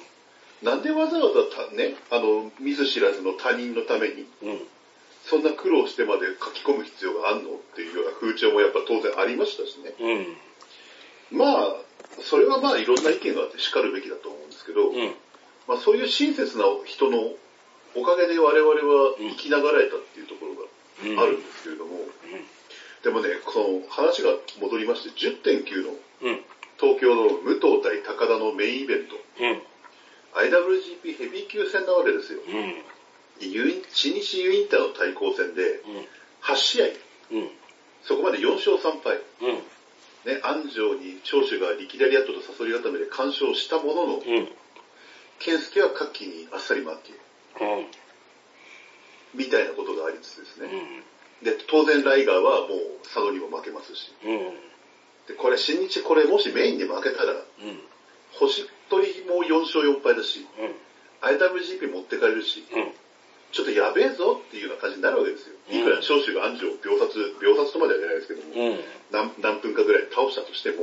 [SPEAKER 2] なんでわざわざた、ね、あの、見ず知らずの他人のために、
[SPEAKER 1] うん。
[SPEAKER 2] そんな苦労してまで書き込む必要があんのっていうような風潮もやっぱ当然ありましたしね。
[SPEAKER 1] うん。
[SPEAKER 2] まあ、それはまあいろんな意見があって叱るべきだと思うんですけど、
[SPEAKER 1] うん。
[SPEAKER 2] まあそういう親切な人のおかげで我々は生きながらえたっていうところがあるんですけれども、でもね、この話が戻りまして、10.9の
[SPEAKER 1] うん。
[SPEAKER 2] 東京の武藤対高田のメインイベント、
[SPEAKER 1] うん。
[SPEAKER 2] IWGP ヘビー級戦なわけですよ。
[SPEAKER 1] うん。
[SPEAKER 2] ユイン新日ユインターの対抗戦で8試合、
[SPEAKER 1] うん。
[SPEAKER 2] そこまで4勝3敗、
[SPEAKER 1] うん。
[SPEAKER 2] ね、安城に長州が力ダリアットとサソリ固めで干渉したものの、
[SPEAKER 1] うん。
[SPEAKER 2] 健介は各機にあっさり負け、
[SPEAKER 1] うん。
[SPEAKER 2] みたいなことがありつつです
[SPEAKER 1] う
[SPEAKER 2] ね。
[SPEAKER 1] ん。
[SPEAKER 2] で、当然ライガーはもう佐野にも負けますし、
[SPEAKER 1] うん。
[SPEAKER 2] で、これ新日これもしメインで負けた
[SPEAKER 1] う
[SPEAKER 2] ら、
[SPEAKER 1] ん。
[SPEAKER 2] 星取りも4勝4敗だし、
[SPEAKER 1] うん。
[SPEAKER 2] IWGP 持ってかれるし、
[SPEAKER 1] うん。
[SPEAKER 2] ちょっとやべえぞっていうような感じになるわけです
[SPEAKER 1] うん
[SPEAKER 2] よ。いくら長州が安城を秒殺、秒殺とまでは言えないですけども、
[SPEAKER 1] うん。
[SPEAKER 2] 何何分かぐらい倒したとしても、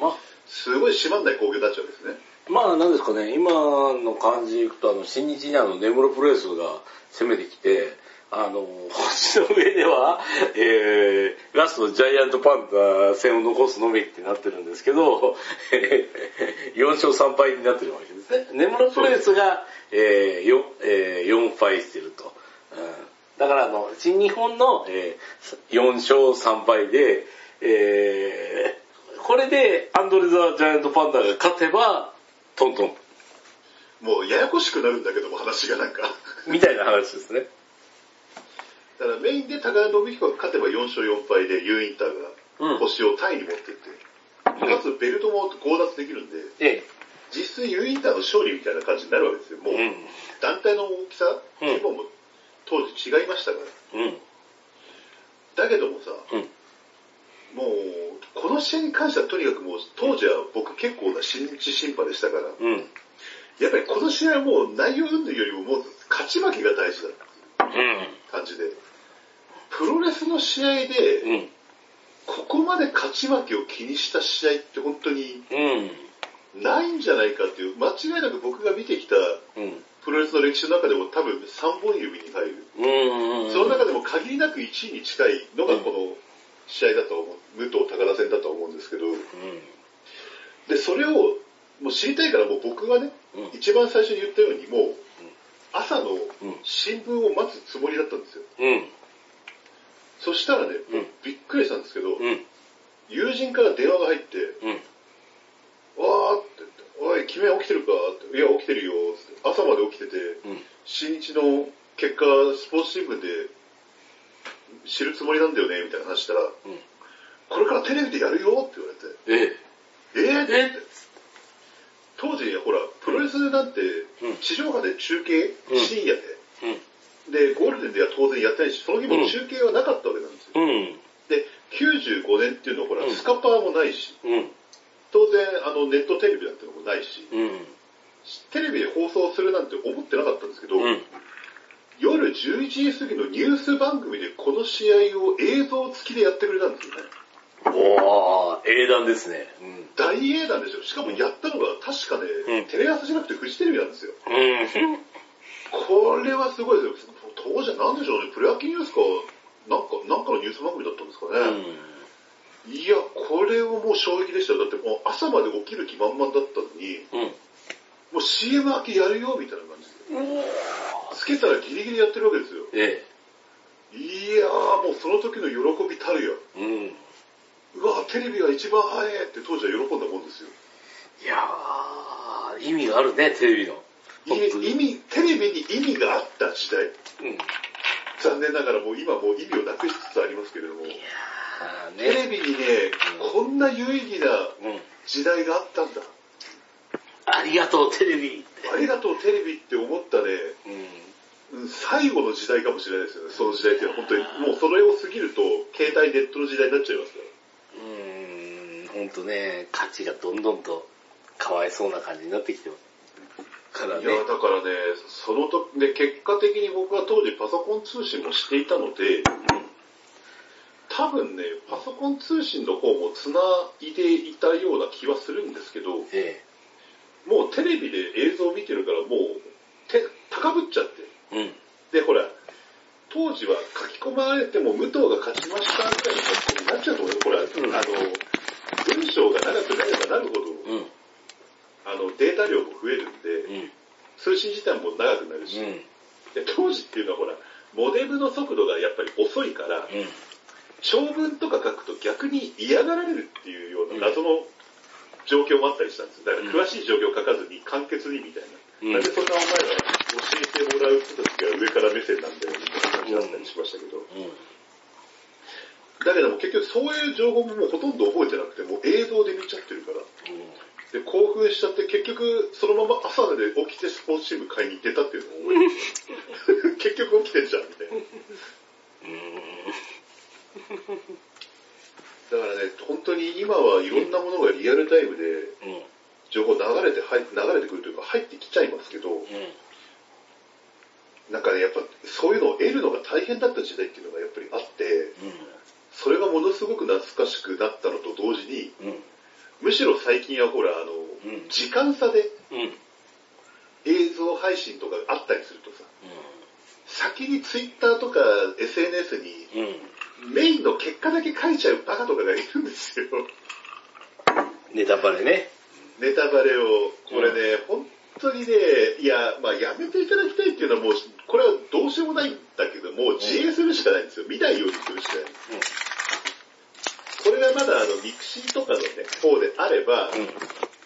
[SPEAKER 1] まあ、
[SPEAKER 2] すごい締まんない攻撃になっちゃうんですね。
[SPEAKER 1] まあ、なんですかね、今の感じでいくと、あの、新日にあの、根室プロレスが攻めてきて、あの、星の上では、えー、ラストジャイアントパンダ戦を残すのみってなってるんですけど、 えー4勝3敗になってるわけですね。根室プロレスが、えー、4、えー4敗してると。うんだからあの、新日本の、えー4勝3敗で、えーこれでアンドレ・ザ・ジャイアント・パンダが勝てば、トントン、
[SPEAKER 2] もうややこしくなるんだけども話がなんか。
[SPEAKER 1] みたいな話ですね。
[SPEAKER 2] だからメインで高田信彦が勝てば4勝4敗でユーインター
[SPEAKER 1] うん
[SPEAKER 2] が星をタイに持ってって、かつベルトも強奪できるんで、
[SPEAKER 1] え
[SPEAKER 2] 実質ユーインターの勝利みたいな感じになるわけですよ。もう
[SPEAKER 1] え。
[SPEAKER 2] 団体の大きさ、
[SPEAKER 1] うん
[SPEAKER 2] 規模も当時違いましたから。
[SPEAKER 1] うん。うん。
[SPEAKER 2] だけどもさ、
[SPEAKER 1] うん。
[SPEAKER 2] もう、この試合に関してはとにかくもう当時は僕結構な新日審判でしたから、
[SPEAKER 1] うん。
[SPEAKER 2] やっぱりこの試合はもう内容云々よりももう勝ち負けが大事だっていう感じで、プロレスの試合で、
[SPEAKER 1] うん。うん。
[SPEAKER 2] ここまで勝ち負けを気にした試合って本当に
[SPEAKER 1] うん。
[SPEAKER 2] ないんじゃないかっていう、間違いなく僕が見てきた
[SPEAKER 1] うん。
[SPEAKER 2] プロレスの歴史の中でも多分3本指に入る。
[SPEAKER 1] うん。
[SPEAKER 2] その中でも限りなく1位に近いのがこの試合だと思う。武藤高田戦だと思うんですけど、で、それをもう知りたいからもう僕はね、
[SPEAKER 1] うん
[SPEAKER 2] 一番最初に言ったようにもう朝の
[SPEAKER 1] うん
[SPEAKER 2] 新聞を待つつもりだったんですよ。
[SPEAKER 1] うん。うん。
[SPEAKER 2] そしたらね、
[SPEAKER 1] うん
[SPEAKER 2] びっくりしたんですけど、
[SPEAKER 1] うん。
[SPEAKER 2] 友人から電話が入って、
[SPEAKER 1] うん。
[SPEAKER 2] わーって言って、おい、君は起きてるかって、いや、起きてるよ、つって。朝まで起きてて、
[SPEAKER 1] うん。
[SPEAKER 2] 新日の結果、スポーツ新聞で知るつもりなんだよね、みたいな話したら、
[SPEAKER 1] うん。
[SPEAKER 2] これからテレビでやるよって言われて、
[SPEAKER 1] ええ。
[SPEAKER 2] えー、って
[SPEAKER 1] え
[SPEAKER 2] 言って。当時、ほら、プロレスなんて
[SPEAKER 1] うん、
[SPEAKER 2] 地上波で中継、
[SPEAKER 1] うん
[SPEAKER 2] 深夜
[SPEAKER 1] うん。
[SPEAKER 2] で、で、ゴールデンでは当然やってないし、その日も中継はなかったわけなんですよ。
[SPEAKER 1] うん。
[SPEAKER 2] で、95年っていうのは、ほ
[SPEAKER 1] う
[SPEAKER 2] ら、
[SPEAKER 1] ん
[SPEAKER 2] スカパーもないし、
[SPEAKER 1] うん。
[SPEAKER 2] 当然、あの、ネットテレビなんてのもないし、
[SPEAKER 1] うん。
[SPEAKER 2] テレビで放送するなんて思ってなかったんですけど、
[SPEAKER 1] うん。
[SPEAKER 2] 夜11時過ぎのニュース番組でこの試合を映像付きでやってくれたんですよね。
[SPEAKER 1] おー、英断ですね。うん。
[SPEAKER 2] 大英なんでしょしかもやったのが確かね、
[SPEAKER 1] うん
[SPEAKER 2] テレ朝じゃなくてフジテレビなんですよ。
[SPEAKER 1] うん。
[SPEAKER 2] これはすごいですよ。当時は何でしょうね、プロ野球ニュースか、なんか、なんかのニュース番組だったんですか
[SPEAKER 1] う
[SPEAKER 2] ね。
[SPEAKER 1] ん。
[SPEAKER 2] いや、これはもう衝撃でしたよ。だってもう朝まで起きる気満々だったのに、
[SPEAKER 1] うん。
[SPEAKER 2] もう CM 明けやるよみたいな感じで。つけたらギリギリやってるわけですよ。
[SPEAKER 1] え
[SPEAKER 2] いやー、もうその時の喜びたるや。
[SPEAKER 1] え。うん。いう
[SPEAKER 2] わ、テレビが一番早いって当時は喜んだもんですよ。
[SPEAKER 1] やー、意味があるね、テレビの。本当に
[SPEAKER 2] い意味、テレビに意味があった時代。
[SPEAKER 1] うん。いや
[SPEAKER 2] 残念ながらもう今もう意味をなくしつつありますけれども、テ
[SPEAKER 1] ー
[SPEAKER 2] レ
[SPEAKER 1] ね。
[SPEAKER 2] ビにね、こんな有意義な
[SPEAKER 1] うん。
[SPEAKER 2] 時代があったんだ。
[SPEAKER 1] ありがとう、テレビ。
[SPEAKER 2] ありがとうテレビって思ったね、
[SPEAKER 1] うん。
[SPEAKER 2] うん最後の時代かもしれないですよね、その時代っていうのは本当に、もうそれを過ぎると、携帯ネットの時代になっちゃいますから。
[SPEAKER 1] うーん、ほんとね、価値がどんどんと、かわいそうな感じになってきてます。から
[SPEAKER 2] い
[SPEAKER 1] ね。
[SPEAKER 2] やだからね、そのとで結果的に僕は当時パソコン通信もしていたので、多分ね、パソコン通信の方も繋いでいたような気はするんですけど、
[SPEAKER 1] え
[SPEAKER 2] もうテレビで映像を見てるからもう、て、高ぶっちゃって。
[SPEAKER 1] え。うん。
[SPEAKER 2] で、ほら、当時は書き込まれても武藤が勝ちましたみたいなことになっちゃうと思うよ。ほら、
[SPEAKER 1] ん
[SPEAKER 2] あの、文章が長くなればなるほ
[SPEAKER 1] う
[SPEAKER 2] ど、
[SPEAKER 1] ん。
[SPEAKER 2] あの、データ量も増えるんで、
[SPEAKER 1] うん。
[SPEAKER 2] 通信時間も長くなるし、
[SPEAKER 1] うん。
[SPEAKER 2] で当時っていうのはほら、モデルの速度がやっぱり遅いから、
[SPEAKER 1] うん。
[SPEAKER 2] 長文とか書くと逆に嫌がられるっていうような謎の状況もあったりしたんですよ。だから詳しい状況を書かずに簡潔にみたいな。
[SPEAKER 1] うん
[SPEAKER 2] なんでそんなお前ら教えてもらう人たちが上から目線なんだよみたいな感じだったりしましたけ
[SPEAKER 1] うん。
[SPEAKER 2] ど。だけども結局そういう情報ももうほとんど覚えてなくて、もう映像で見ちゃってるから。で、興奮しちゃって結局そのまま朝まで起きてスポーツチーム買いに行ってたっていうのを思い出して 結局起きてんじゃんみたいな。だからね、本当に今はいろんなものがリアルタイムで
[SPEAKER 1] うん。うん。
[SPEAKER 2] 情報流れて入っ流れてくるというか入ってきちゃいますけど、
[SPEAKER 1] うん。
[SPEAKER 2] なんかね、やっぱそういうのを得るのが大変だった時代っていうのがやっぱりあって、
[SPEAKER 1] う
[SPEAKER 2] それがものすごく懐かしくなったのと同時に、
[SPEAKER 1] ん。うん。
[SPEAKER 2] むしろ最近はほら、あの、
[SPEAKER 1] うん
[SPEAKER 2] 時間差で
[SPEAKER 1] うん。
[SPEAKER 2] 映像配信とかあったりするとさ、先に Twitter とか SNS に
[SPEAKER 1] うん。うん。
[SPEAKER 2] メインの結果だけ書いちゃうバカとかがいるんですよ。
[SPEAKER 1] ネタバレね。
[SPEAKER 2] ネタバレを、これね、本当にね、いや、まあやめていただきたいっていうのはもう、これはどうしようもないんだけど、もう自衛するしかないんですよ。見ないようにするしかない。これがまだあの、ミクシーとかのね、方であれば、
[SPEAKER 1] うん。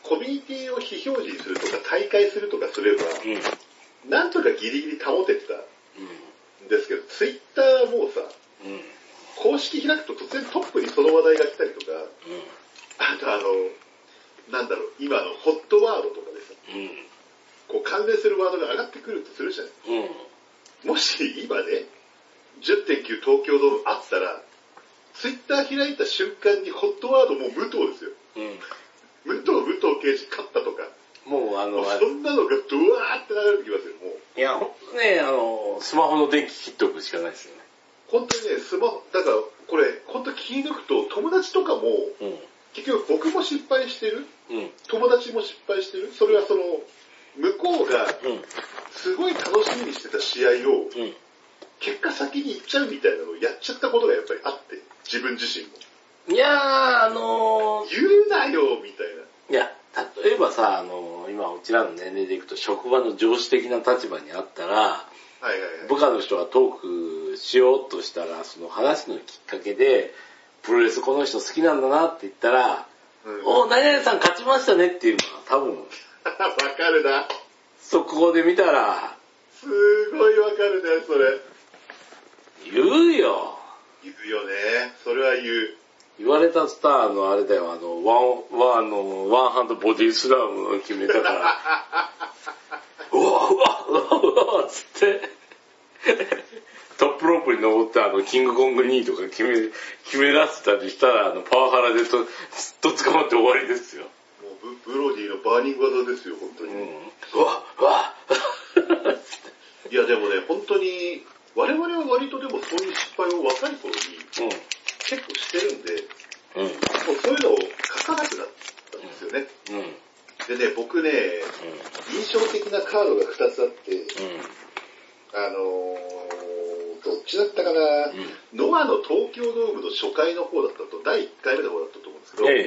[SPEAKER 2] コミュニティを非表示にするとか、大会するとかすれば、
[SPEAKER 1] うん。うん。
[SPEAKER 2] なんとかギリギリ保ててたんですけど、ツイッターはもうさ、
[SPEAKER 1] うん。うん。
[SPEAKER 2] 公式開くと突然トップにその話題が来たりとか、あとあの、なんだろう、今のホットワードとかでさ、こう関連するワードが上がってくるとするじゃない
[SPEAKER 1] うん。うん。
[SPEAKER 2] もし今ね、10.9東京ドームあったら、ツイッター開いた瞬間にホットワードもう武藤ですよ。
[SPEAKER 1] うん。
[SPEAKER 2] 武藤、武藤刑事勝ったとか、
[SPEAKER 1] もうあ
[SPEAKER 2] も
[SPEAKER 1] の、
[SPEAKER 2] う
[SPEAKER 1] あ
[SPEAKER 2] そんなのがドワーって流れてきますよ、もう。
[SPEAKER 1] いや、ほんとね、あの、スマホの電気切っておくしかないですよね。
[SPEAKER 2] 本当にね、スマホ、だからこれ、本当気抜くと友達とかも、結局僕も失敗してる、
[SPEAKER 1] うん。うん。
[SPEAKER 2] 友達も失敗してる、それはその、向こうが
[SPEAKER 1] うん。
[SPEAKER 2] すごい楽しみにしてた試合を、
[SPEAKER 1] うん。
[SPEAKER 2] 結果先に行っちゃうみたいなのをやっちゃったことがやっぱりあって、自分自身も。
[SPEAKER 1] いやー、あのー、
[SPEAKER 2] 言うなよみたいな。
[SPEAKER 1] いや、例えばさ、あのー、今、うちらの年齢でいくと、職場の上司的な立場にあったら、
[SPEAKER 2] はいはいはい。
[SPEAKER 1] 部下の人がトークしようとしたら、その話のきっかけで、プロレスこの人好きなんだなって言ったら、
[SPEAKER 2] うん、わ
[SPEAKER 1] おー、何々さん勝ちましたねっていうのは多分、
[SPEAKER 2] かるな。
[SPEAKER 1] 速報で見たら、
[SPEAKER 2] すごいわかるね、それ。
[SPEAKER 1] 言うよ。
[SPEAKER 2] 言うよね。それは言う。
[SPEAKER 1] 言われたスターのあれだよ、あの、ワン、ワンあの、ワンハンドボディスラムの決めたから、うわうわうわうわつって、トップロープに登ってあの、キングコング2とか決め、決め出せたりしたら、あの、パワハラでと、すっと捕まって終わりですよ。
[SPEAKER 2] もうブブロディのバーニング技ですよ、本当
[SPEAKER 1] う
[SPEAKER 2] に。
[SPEAKER 1] ん。うわうわ
[SPEAKER 2] いや、でもね、本当に、我々は割とでもそういう失敗を若い頃に結構してるんで、
[SPEAKER 1] うん。うん。
[SPEAKER 2] もうそういうのを書かなくなったんですよね。
[SPEAKER 1] うん。
[SPEAKER 2] でね、僕ね、印象的なカードが2つあって、
[SPEAKER 1] うん。
[SPEAKER 2] あのーどっちだったかな、ノアの東京ドームの初回の方だったと、第1回目の方だったと思うんですけど、
[SPEAKER 1] え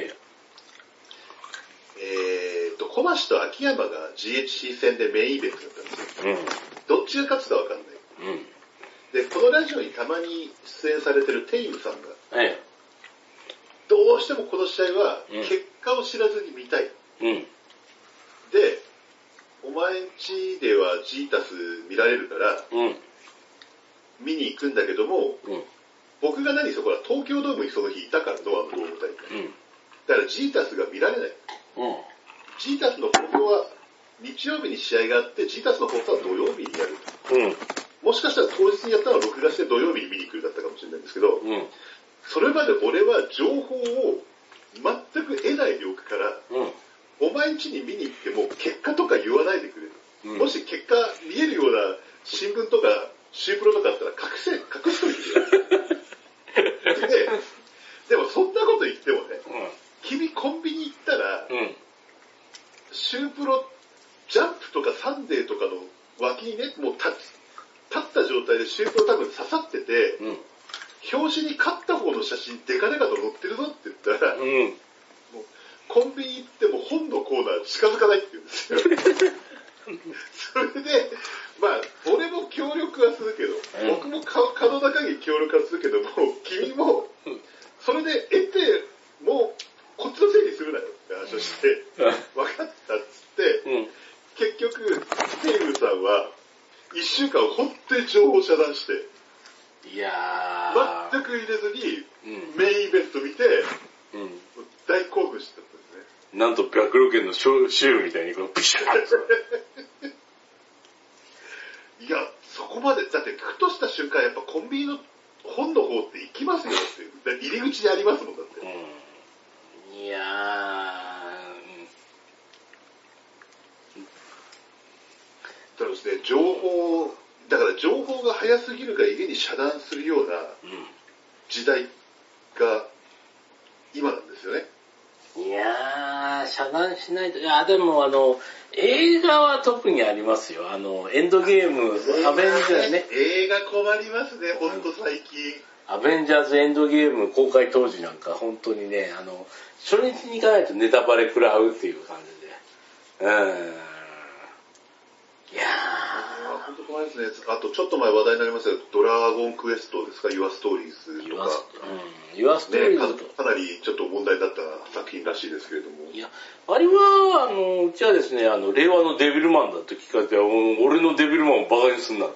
[SPEAKER 1] え
[SPEAKER 2] えーっと、小橋と秋山が GHC 戦でメインイベントだったんですよ。
[SPEAKER 1] うん。
[SPEAKER 2] どっちが勝つかわかんない。
[SPEAKER 1] うん。
[SPEAKER 2] で、このラジオにたまに出演されてるテイムさんが、
[SPEAKER 1] え
[SPEAKER 2] どうしてもこの試合は
[SPEAKER 1] うん
[SPEAKER 2] 結果を知らずに見たい。
[SPEAKER 1] え。うん。
[SPEAKER 2] で、お前んちではジータス見られるから
[SPEAKER 1] うん。
[SPEAKER 2] 見に行くんだけども、
[SPEAKER 1] うん。
[SPEAKER 2] 僕が何そこは東京ドームにその日いたから、ノアのドーム大会。だからジータスが見られない。
[SPEAKER 1] うん。うん。
[SPEAKER 2] ジータスの放送は日曜日に試合があって、ジータスの放送は土曜日にやる。
[SPEAKER 1] うん。
[SPEAKER 2] もしかしたら当日にやったのは録画して土曜日に見に来るだったかもしれないんですけど、
[SPEAKER 1] うん。
[SPEAKER 2] それまで俺は情報を全く得ないでおくから、
[SPEAKER 1] うん。
[SPEAKER 2] お前ん家に見に行っても結果とか言わないでくれる。
[SPEAKER 1] うん
[SPEAKER 2] もし結果見えるような新聞とか、シープロとかあったら隠せ、隠しと いてよで、でもそんなこと言ってもね、君コンビニ行ったら、
[SPEAKER 1] うん。うん。
[SPEAKER 2] シュープロ、ジャンプとかサンデーとかの脇にね、もう立立った状態でシュープロ多分刺さってて、
[SPEAKER 1] うん。
[SPEAKER 2] 表紙に勝った方の写真デカデカと載ってるぞって言ったら、
[SPEAKER 1] うん。
[SPEAKER 2] コンビニ行っても本のコーナー近づかないって言うんですよ。それで、まあ、俺も協力はするけど、
[SPEAKER 1] う
[SPEAKER 2] 僕もか可能な限り協力はするけども、君も、それで得て、もう、こっちのせいにするなよって話をして、分かったっつって、
[SPEAKER 1] うん。
[SPEAKER 2] 結局、テイムさんは、一週間本当に情報遮断して、
[SPEAKER 1] いやー。
[SPEAKER 2] 全く入れずに、
[SPEAKER 1] うん
[SPEAKER 2] メインイベント見て、
[SPEAKER 1] う
[SPEAKER 2] 大興奮してたんですね。
[SPEAKER 1] ん。なんと白露圏の州州みたいにこう、ピシャーって。
[SPEAKER 2] いや、そこまで、だって、ふとした瞬間、やっぱコンビニの本の方って行きますよっていう。だって入り口にありますもん、だって。
[SPEAKER 1] うん。いやー。
[SPEAKER 2] だからですね、情報、だから情報が早すぎるが家に遮断するような
[SPEAKER 1] うん。
[SPEAKER 2] 時代が今なんですよね。
[SPEAKER 1] いやー、遮断しないと。いや、でもあの、映画は特にありますよ。あの、エンドゲーム、アベンジャーね。
[SPEAKER 2] 映画困りますね、ほんと最近。
[SPEAKER 1] アベンジャーズエンドゲーム公開当時なんか本当にね、あの、初日に行かないとネタバレ食らうっていう感じで。うーん。いや
[SPEAKER 2] あ本当困りますね。あと、ちょっと前話題になりましたけど、ドラゴンクエストですか、ユアストーリーズ
[SPEAKER 1] ー、
[SPEAKER 2] と
[SPEAKER 1] 言
[SPEAKER 2] か
[SPEAKER 1] わ。す、うん、言わすと
[SPEAKER 2] ね、
[SPEAKER 1] りだ
[SPEAKER 2] か
[SPEAKER 1] と。
[SPEAKER 2] かなりちょっと問題だった作品らしいですけれども。
[SPEAKER 1] いや、あれは、あの、うちはですね、あの、令和のデビルマンだと聞かれて、お俺のデビルマンをバカにすんな と。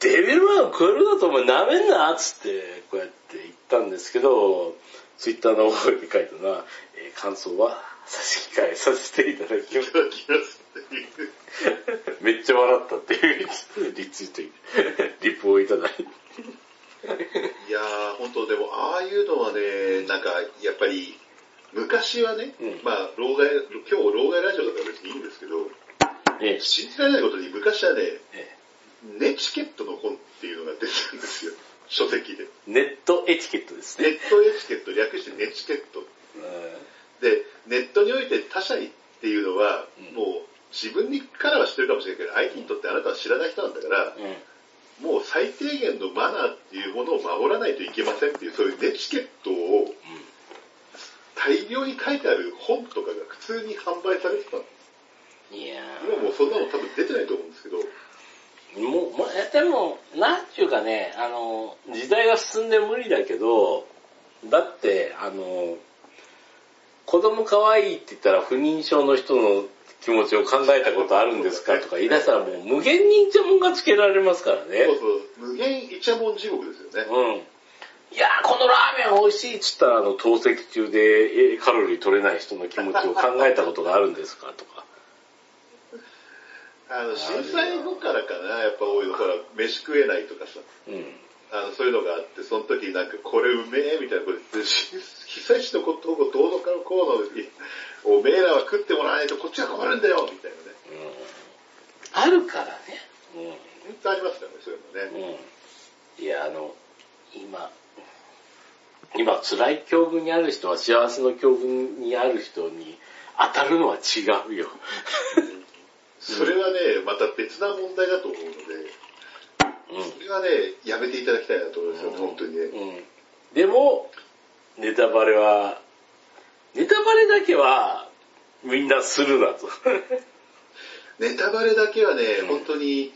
[SPEAKER 1] デビルマンを超えるなとお前舐めんなっつって、こうやって言ったんですけど、ツイッターの方に書いたのは、えー感想は差し控えさせていただきま
[SPEAKER 2] いただきますっていう
[SPEAKER 1] す。めっちゃ笑ったっていうリツイート、 リプをいただいて。
[SPEAKER 2] いやー、本当でも、ああいうのはね、なんか、やっぱり、昔はね、
[SPEAKER 1] うん
[SPEAKER 2] まあ、老害、今日老害ラジオだから別にいいんですけど、
[SPEAKER 1] ええ
[SPEAKER 2] 信じられないことに昔はね、
[SPEAKER 1] え
[SPEAKER 2] ネチケットの本っていうのが出てるんですよ。書籍で。
[SPEAKER 1] えネットエチケットです
[SPEAKER 2] ネ
[SPEAKER 1] ね。
[SPEAKER 2] ットエチケット、略してネチケット。で、ネットにおいて他者にっていうのは、
[SPEAKER 1] うん
[SPEAKER 2] もう、自分にからは知ってるかもしれないけど、相手にとってあなたは知らない人なんだから、
[SPEAKER 1] うん。うん
[SPEAKER 2] もう最低限のマナーっていうものを守らないといけませんっていう、そういうネチケットを大量に書いてある本とかが普通に販売されてたの。
[SPEAKER 1] いやー
[SPEAKER 2] 今もうそんなの多分出てないと思うんですけど、
[SPEAKER 1] もう、まあ、でも、なんていうかね、あの、時代が進んで無理だけど、だって、あの、子供可愛いって言ったら不妊症の人の気持ちを考えたことあるんですかとか言い出したらもう無限にイチャモンがつけられますからね
[SPEAKER 2] そう。そう、無限イチャモン地獄ですよね。
[SPEAKER 1] うん。いやー、このラーメン美味しいっつったら、あの、透析中でえカロリー取れない人の気持ちを考えたことがあるんですかとか。
[SPEAKER 2] あの、震災後からかな、やっぱ多いの、ほら、飯食えないとかさ、
[SPEAKER 1] うん。
[SPEAKER 2] あの、そういうのがあって、その時になんか、これうめえみたいなこと言って、し被災地のことをどうのかのこうのに、おめえらは食ってもらわないとこっちが困るんだよみたいなね。
[SPEAKER 1] うん、あるからね。うん。
[SPEAKER 2] 本当ありますからね、そういうのね。
[SPEAKER 1] うん。いや、あの、今、今辛い境遇にある人は幸せの境遇にある人に当たるのは違うよ。
[SPEAKER 2] それはね、また別な問題だと思うので、
[SPEAKER 1] うん
[SPEAKER 2] それはね、やめていただきたいなと思いますよ、本当にね。
[SPEAKER 1] うんでも、ネタバレは、ネタバレだけは、みんなするなと。
[SPEAKER 2] ネタバレだけはね
[SPEAKER 1] うん、
[SPEAKER 2] 本当に、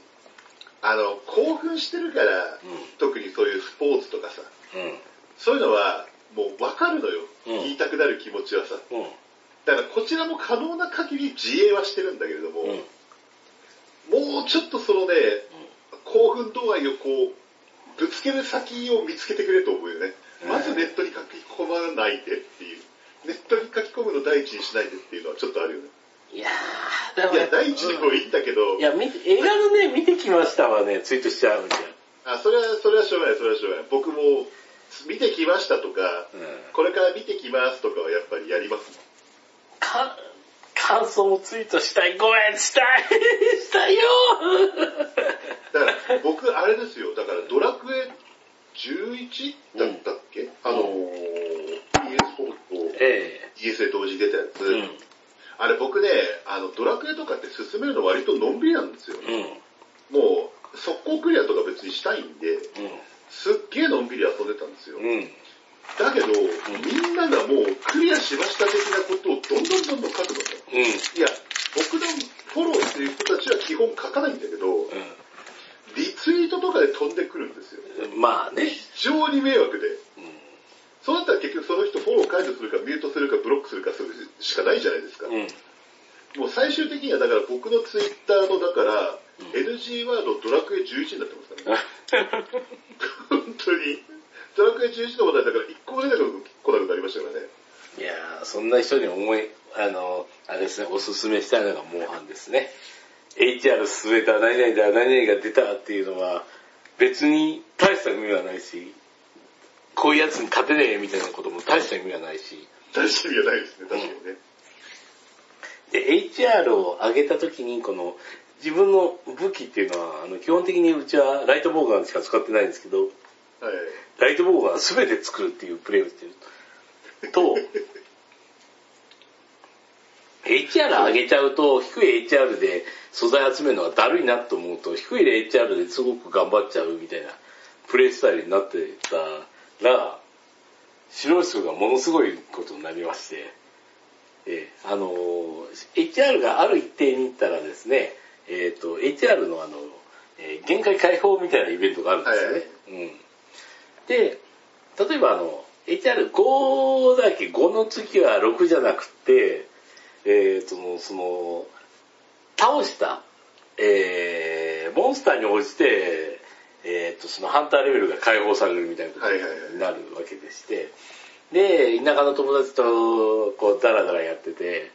[SPEAKER 2] あの、興奮してるから、特にそういうスポーツとかさ、そういうのは、もう分かるのよ。
[SPEAKER 1] うん
[SPEAKER 2] 言いたくなる気持ちはさ。
[SPEAKER 1] うん。うん。
[SPEAKER 2] だからこちらも可能な限り自衛はしてるんだけれども、
[SPEAKER 1] うん。
[SPEAKER 2] もうちょっとそのね、興奮度合いをこう、ぶつける先を見つけてくれと思うよね。
[SPEAKER 1] うん
[SPEAKER 2] まずネットに書き込まないでっていう。ネットに書き込むの第一にしないでっていうのはちょっとあるよね。
[SPEAKER 1] いやー、だ
[SPEAKER 2] いや、第一でも
[SPEAKER 1] い
[SPEAKER 2] いいんだけど、
[SPEAKER 1] や、見て映画のね、見てきましたはね、ツイートしちゃうんじ
[SPEAKER 2] あ、それは、それはしょうがない、それはしょうがない。僕も、見てきましたとか、
[SPEAKER 1] ゃん。うん。
[SPEAKER 2] これから見てきますとかはやっぱりやりますも
[SPEAKER 1] か、感想をツイートしたい。ごめん、したいしたいよ
[SPEAKER 2] ん。だから、僕、あれですよ、だからドラクエ11だったっけ、あのー、PS4 と
[SPEAKER 1] ーえ
[SPEAKER 2] DS で同時に出たやつ、
[SPEAKER 1] え。うん。
[SPEAKER 2] あれ僕ね、あの、ドラクエとかって進めるの割とのんびりなんですよ。
[SPEAKER 1] うん。
[SPEAKER 2] もう、速攻クリアとか別にしたいんで、すっげえのんびり遊んでたんですよ。
[SPEAKER 1] うん。うん。
[SPEAKER 2] だけど、みんながもうクリアしました的なことをどんどんどんどん書くのね。
[SPEAKER 1] うん。
[SPEAKER 2] いや、僕のフォローしてる人たちは基本書かないんだけど、リツイートとかで飛んでくるんですよ。
[SPEAKER 1] うん。まあね。
[SPEAKER 2] 非常に迷惑で。
[SPEAKER 1] う
[SPEAKER 2] そうなったら結局その人フォロー解除するかミュートするかブロックするかするしかないじゃないですか。
[SPEAKER 1] ん。うん。
[SPEAKER 2] もう最終的にはだから僕のツイッターのだから、
[SPEAKER 1] う
[SPEAKER 2] NG ワードドラクエ11になってますからね。本当に。ドラクエ11の話題だから一個も出てこなくなりましたからね。
[SPEAKER 1] いやー、そんな人に思い、あの、あれですね、おすすめしたいのがモンハンですね。HR 進めた、何々だ、何々が出たっていうのは、別に大した意味はないし、こういうやつに勝てねえみたいなことも大した意味はないし、
[SPEAKER 2] 大した意味はないですね、確かにね。
[SPEAKER 1] で、HR を上げた時に、この、自分の武器っていうのは、あの、基本的にうちはライトボーガンしか使ってないんですけど、
[SPEAKER 2] はい。
[SPEAKER 1] ライトボーガン全て作るっていうプレイをしてると、HR 上げちゃうと、低い HR で素材集めるのがだるいなと思うと、低い HR ですごく頑張っちゃうみたいなプレイスタイルになってたら、白い数がものすごいことになりまして、えーあのー、HR がある一定に行ったらですね、えっ、と、HR のあの、えー限界解放みたいなイベントがあるんですよね。うん。で、例えばあの、HR5 だっけ、5の次は6じゃなくて、えー、と、その、倒した、えー、モンスターに応じて、えー、と、そのハンターレベルが解放されるみたいなこと
[SPEAKER 2] はいはいはい
[SPEAKER 1] になるわけでして、で、田舎の友達と、こう、ダラダラやってて、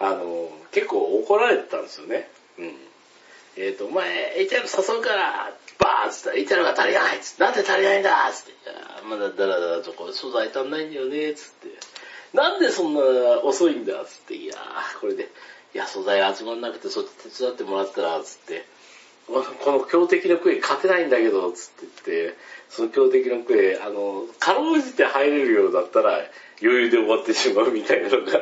[SPEAKER 1] あの、結構怒られてたんですよね。うん。えっ、と、お前、HR 誘うから、バーンつったら、HR が足りないっつって、なんで足りないんだっつって、いやまだダラダラとこう、素材足んないんだよねっつって、なんでそんな遅いんだっつって、いやー、これで、いや、素材集まんなくて、そっち手伝ってもらったら、つって、この強敵のクエ勝てないんだけど、つって言って、その強敵のクエ、あの、かろうじて入れるようだったら余裕で終わってしまうみたいなのが、こ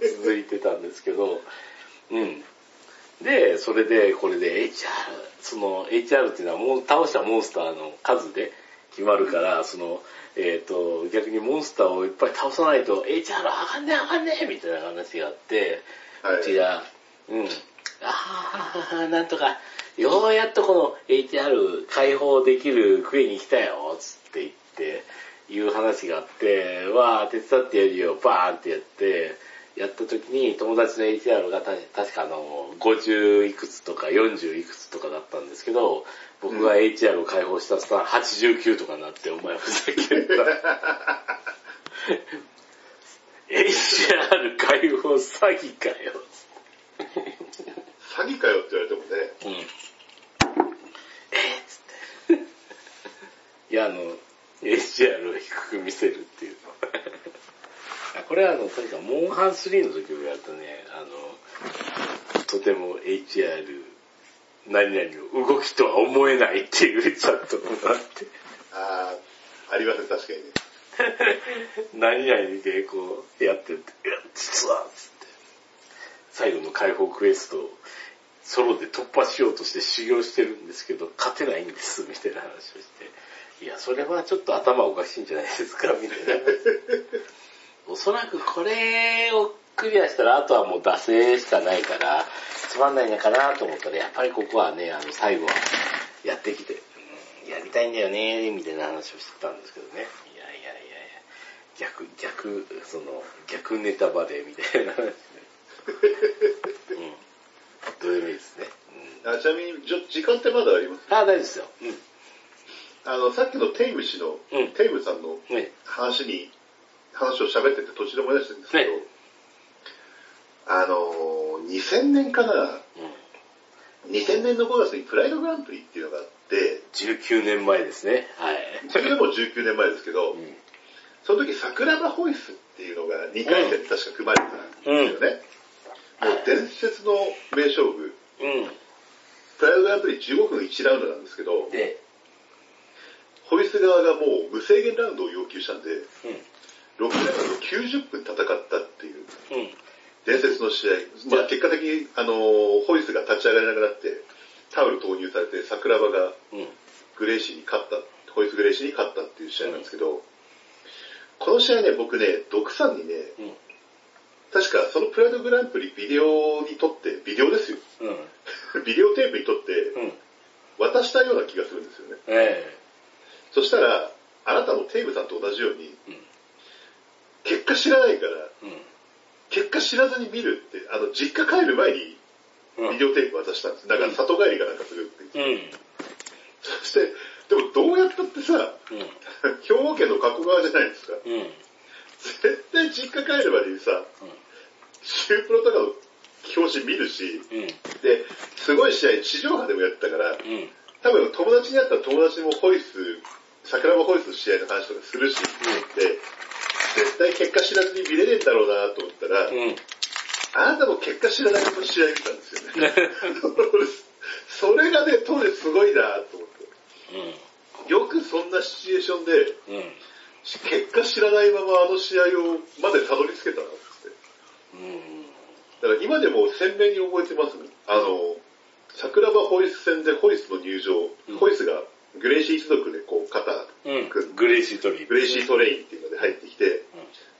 [SPEAKER 1] う続いてたんですけど、うん。で、それで、これで HR、その HR っていうのはもう倒したモンスターの数で決まるから、その、えっ、と、逆にモンスターをいっぱい倒さないと HR あかんねえあかんねえみたいな話があって、
[SPEAKER 2] は
[SPEAKER 1] うち
[SPEAKER 2] い。
[SPEAKER 1] が、うん。ああ、なんとか、ようやっとこの HR 解放できるクエに来たよ、つって言って、いう話があって、わあ、手伝ってやるよ、バーンってやって、やった時に友達の HR がた確かあの、50いくつとか40いくつとかだったんですけど、僕が HR を解放したさ、89とかになって、お前ふざけんな。HR 解放詐欺かよ。
[SPEAKER 2] 詐欺かよって言われてもね、
[SPEAKER 1] うん。えっつって。いや、あの、HR を低く見せるっていう。あこれはあの、確か、モンハン3の時もやったね、あの、とても HR、何々の動きとは思えないっていうチャットもあって。
[SPEAKER 2] ああ、ありません、確かにね。
[SPEAKER 1] 何々でこうやってて、いや、実は、つって。最後の解放クエスト、ソロで突破しようとして修行してるんですけど、勝てないんです、みたいな話をして。いや、それはちょっと頭おかしいんじゃないですか、みたい な。おそらくこれをクリアしたら、あとはもう惰性しかないから、つまんないのかなと思ったら、やっぱりここはね、あの、最後はやってきて、うんやりたいんだよね、みたいな話をしてたんですけどね。いやいやいやいや、逆、逆、その、逆ネタバレみたいな話 ね。うん。どうでもいいですね。うん
[SPEAKER 2] あちなみに、じょ時間ってまだあります
[SPEAKER 1] あ、大丈夫ですよ。う
[SPEAKER 2] あの、さっきのテイム氏の、
[SPEAKER 1] うん
[SPEAKER 2] テイムさんの
[SPEAKER 1] ん。ね。
[SPEAKER 2] 話に、話を喋ってて途中で思い出したんですけど、
[SPEAKER 1] ね
[SPEAKER 2] あの、2000年かな、
[SPEAKER 1] うん。
[SPEAKER 2] 2000年の5月にプライドグランプリっていうのがあって、
[SPEAKER 1] 19年前ですね。はい。
[SPEAKER 2] それでも19年前ですけど
[SPEAKER 1] う、ん。
[SPEAKER 2] その時桜庭ホイスっていうのが2回戦で確か組まれてたんですよね。もう伝説の名勝負、
[SPEAKER 1] う
[SPEAKER 2] プライドグランプリ15分1ラウンドなんですけど
[SPEAKER 1] ん。、で、
[SPEAKER 2] ホイス側がもう無制限ラウンドを要求したんで、
[SPEAKER 1] うん。
[SPEAKER 2] 6ラウンド90分戦ったっていう
[SPEAKER 1] うん。
[SPEAKER 2] 伝説の試合、まあ、結果的に、あのーホイスが立ち上がれなくなって、タオル投入されて桜庭が
[SPEAKER 1] うん。
[SPEAKER 2] グレイシーに勝った、ホイスグレイシーに勝ったっていう試合なんですけど、この試合ね、僕ね、ドクさんにね、
[SPEAKER 1] うん。
[SPEAKER 2] 確かそのプライドグランプリビデオに撮って、ビデオですよ。
[SPEAKER 1] う ん。
[SPEAKER 2] ビデオテープに撮って
[SPEAKER 1] うん。
[SPEAKER 2] 渡したような気がするんですよね。
[SPEAKER 1] え
[SPEAKER 2] そしたら、あなたもテイブさんと同じように、
[SPEAKER 1] え。
[SPEAKER 2] 結果知らないから、
[SPEAKER 1] うん。
[SPEAKER 2] 結果知らずに見るって、あの、実家帰る前に
[SPEAKER 1] うん。
[SPEAKER 2] ビデオテープ渡したんです。だから里帰りかなんかするって。
[SPEAKER 1] うん。
[SPEAKER 2] そして、でもどうやったってさ、兵庫県の加古川じゃないですか。
[SPEAKER 1] うん。うん。
[SPEAKER 2] 絶対実家帰るまでにさ、シュープロとかの表紙見るし、
[SPEAKER 1] うん。
[SPEAKER 2] で、すごい試合、地上波でもやってたから、
[SPEAKER 1] うん。
[SPEAKER 2] 多分友達に会ったら友達もホイス、桜庭ホイスの試合の話とかするし、で、絶対結果知らずに見れねえんだろうなと思ったら、
[SPEAKER 1] うん。
[SPEAKER 2] あなたも結果知らないと試合見たんですよね。 それがね、当時すごいなと思っ
[SPEAKER 1] うん。
[SPEAKER 2] て。よくそんなシチュエーションで、
[SPEAKER 1] うん。
[SPEAKER 2] 結果知らないままあの試合をまでたどり着けたなって。
[SPEAKER 1] うん。
[SPEAKER 2] だから今でも鮮明に覚えてますね。あの、桜庭ホイス戦でホイスの入場、
[SPEAKER 1] うん
[SPEAKER 2] ホイスがグレイシー一族でこう肩、
[SPEAKER 1] うん。グレイシートリー。
[SPEAKER 2] グレイシートレインっていうので入ってきて、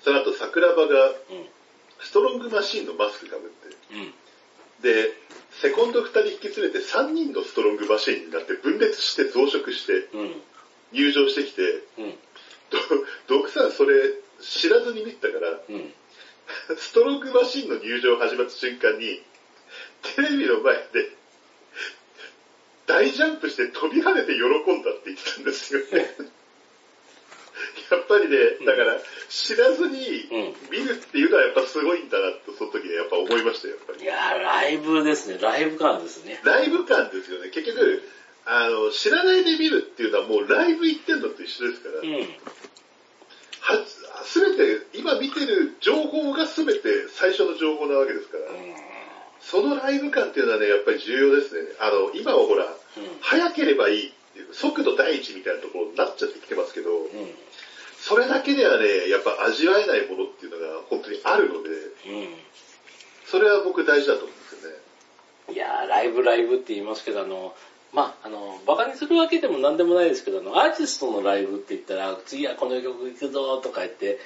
[SPEAKER 2] その後桜庭が
[SPEAKER 1] うん。うん。
[SPEAKER 2] ストロングマシーンのマスクかぶって、
[SPEAKER 1] うん。
[SPEAKER 2] で、セコンド二人引き連れて三人のストロングマシーンになって分裂して増殖して
[SPEAKER 1] うん。
[SPEAKER 2] 入場してきて、
[SPEAKER 1] うん。
[SPEAKER 2] ど毒さんそれ知らずに見てたから、
[SPEAKER 1] うん。
[SPEAKER 2] ストロークマシンの入場始まった瞬間に、テレビの前で、大ジャンプして飛び跳ねて喜んだって言ってたんですよ ね。やっぱりね、だから、知らずに見るっていうのはやっぱすごいんだなと、その時ね、やっぱ思いましたよ、やっぱ
[SPEAKER 1] い
[SPEAKER 2] り。
[SPEAKER 1] やー、ライブですね。ライブ感ですね。
[SPEAKER 2] ライブ感ですよね。結局、あの、知らないで見るっていうのはもうライブ行ってんのと一緒ですから
[SPEAKER 1] う、ん。
[SPEAKER 2] はすべて、今見てる情報がすべて最初の情報なわけですから。そのライブ感っていうのはね、やっぱり重要ですね。あの、今はほら、早ければいいっていう、速度第一みたいなところになっちゃってきてますけど、
[SPEAKER 1] うん。うん。
[SPEAKER 2] それだけではね、やっぱ味わえないものっていうのが本当にあるので、
[SPEAKER 1] うん。
[SPEAKER 2] それは僕大事だと思うんですよね。
[SPEAKER 1] いやー、ライブライブって言いますけど、あの、まあ、あの、バカにするわけでも何でもないですけど、あの、アーティストのライブって言ったら、次はこの曲行くぞとか言って、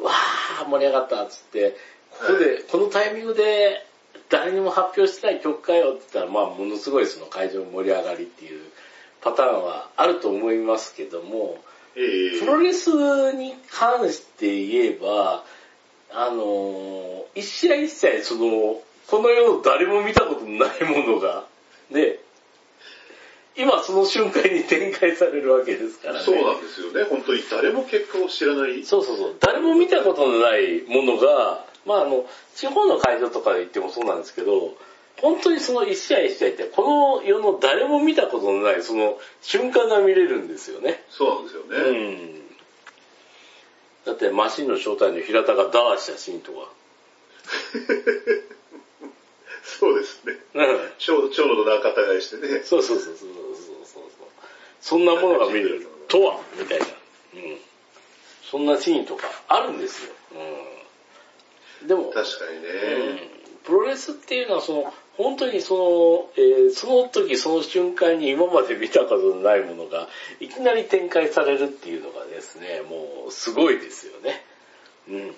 [SPEAKER 1] わー、盛り上がったっつって、ここで、このタイミングで、誰にも発表してない曲かよって言ったら、まあ、ものすごいその会場盛り上がりっていうパターンはあると思いますけども、
[SPEAKER 2] ええ
[SPEAKER 1] プロレスに関して言えば、あのー一試合一試合、その、この世の誰も見たことのないものが、ね、今その瞬間に展開されるわけですからね。
[SPEAKER 2] そうなんですよね。本当に誰も結果を知らない。
[SPEAKER 1] そうそうそう。誰も見たことのないものが、まああの、地方の会場とかで行ってもそうなんですけど、本当にその一試合一試合って、この世の誰も見たことのない、その瞬間が見れるんですよね。
[SPEAKER 2] そうなんですよね。
[SPEAKER 1] うんだってマシンの正体の平田がダーしたシーンとか。
[SPEAKER 2] そうですね。長長野の仲違いしてね。
[SPEAKER 1] そうそうそうそうそうそうそう。そんなものが見れるとはみたいな。うん。そんなシーンとかあるんですよ。うん。でも、
[SPEAKER 2] 確かにね。
[SPEAKER 1] うんプロレスっていうのはその、本当にその、えーその時その瞬間に今まで見たことのないものが、いきなり展開されるっていうのがですね、もうすごいですよね。うん。
[SPEAKER 2] やっ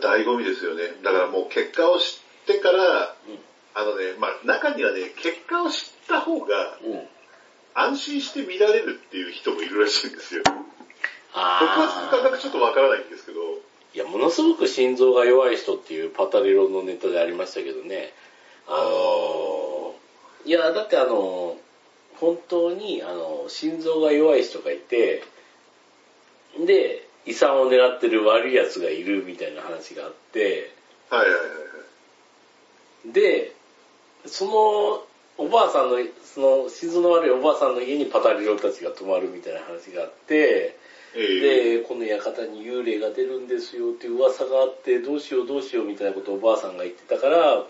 [SPEAKER 2] ぱり醍醐味ですよね。だからもう結果を知ってから、あのね、まあ中にはね、結果を知った方が
[SPEAKER 1] うん。うん。
[SPEAKER 2] 安心して見られるっていう人もいるらしいんですよ。僕はその
[SPEAKER 1] あ
[SPEAKER 2] 感
[SPEAKER 1] ー
[SPEAKER 2] 覚ちょっとわからないんですけど、
[SPEAKER 1] いや、ものすごく心臓が弱い人っていうパタリロのネタでありましたけどね。あのー、いや、だってあのー、本当に、あのー、心臓が弱い人がいて、で、遺産を狙ってる悪い奴がいるみたいな話があって、
[SPEAKER 2] はいはいはいはい。
[SPEAKER 1] で、そのおばあさんの、その心臓の悪いおばあさんの家にパタリロたちが泊まるみたいな話があって、
[SPEAKER 2] ええ
[SPEAKER 1] で、この館に幽霊が出るんですよっていう噂があって、どうしようどうしようみたいなことをおばあさんが言ってたから、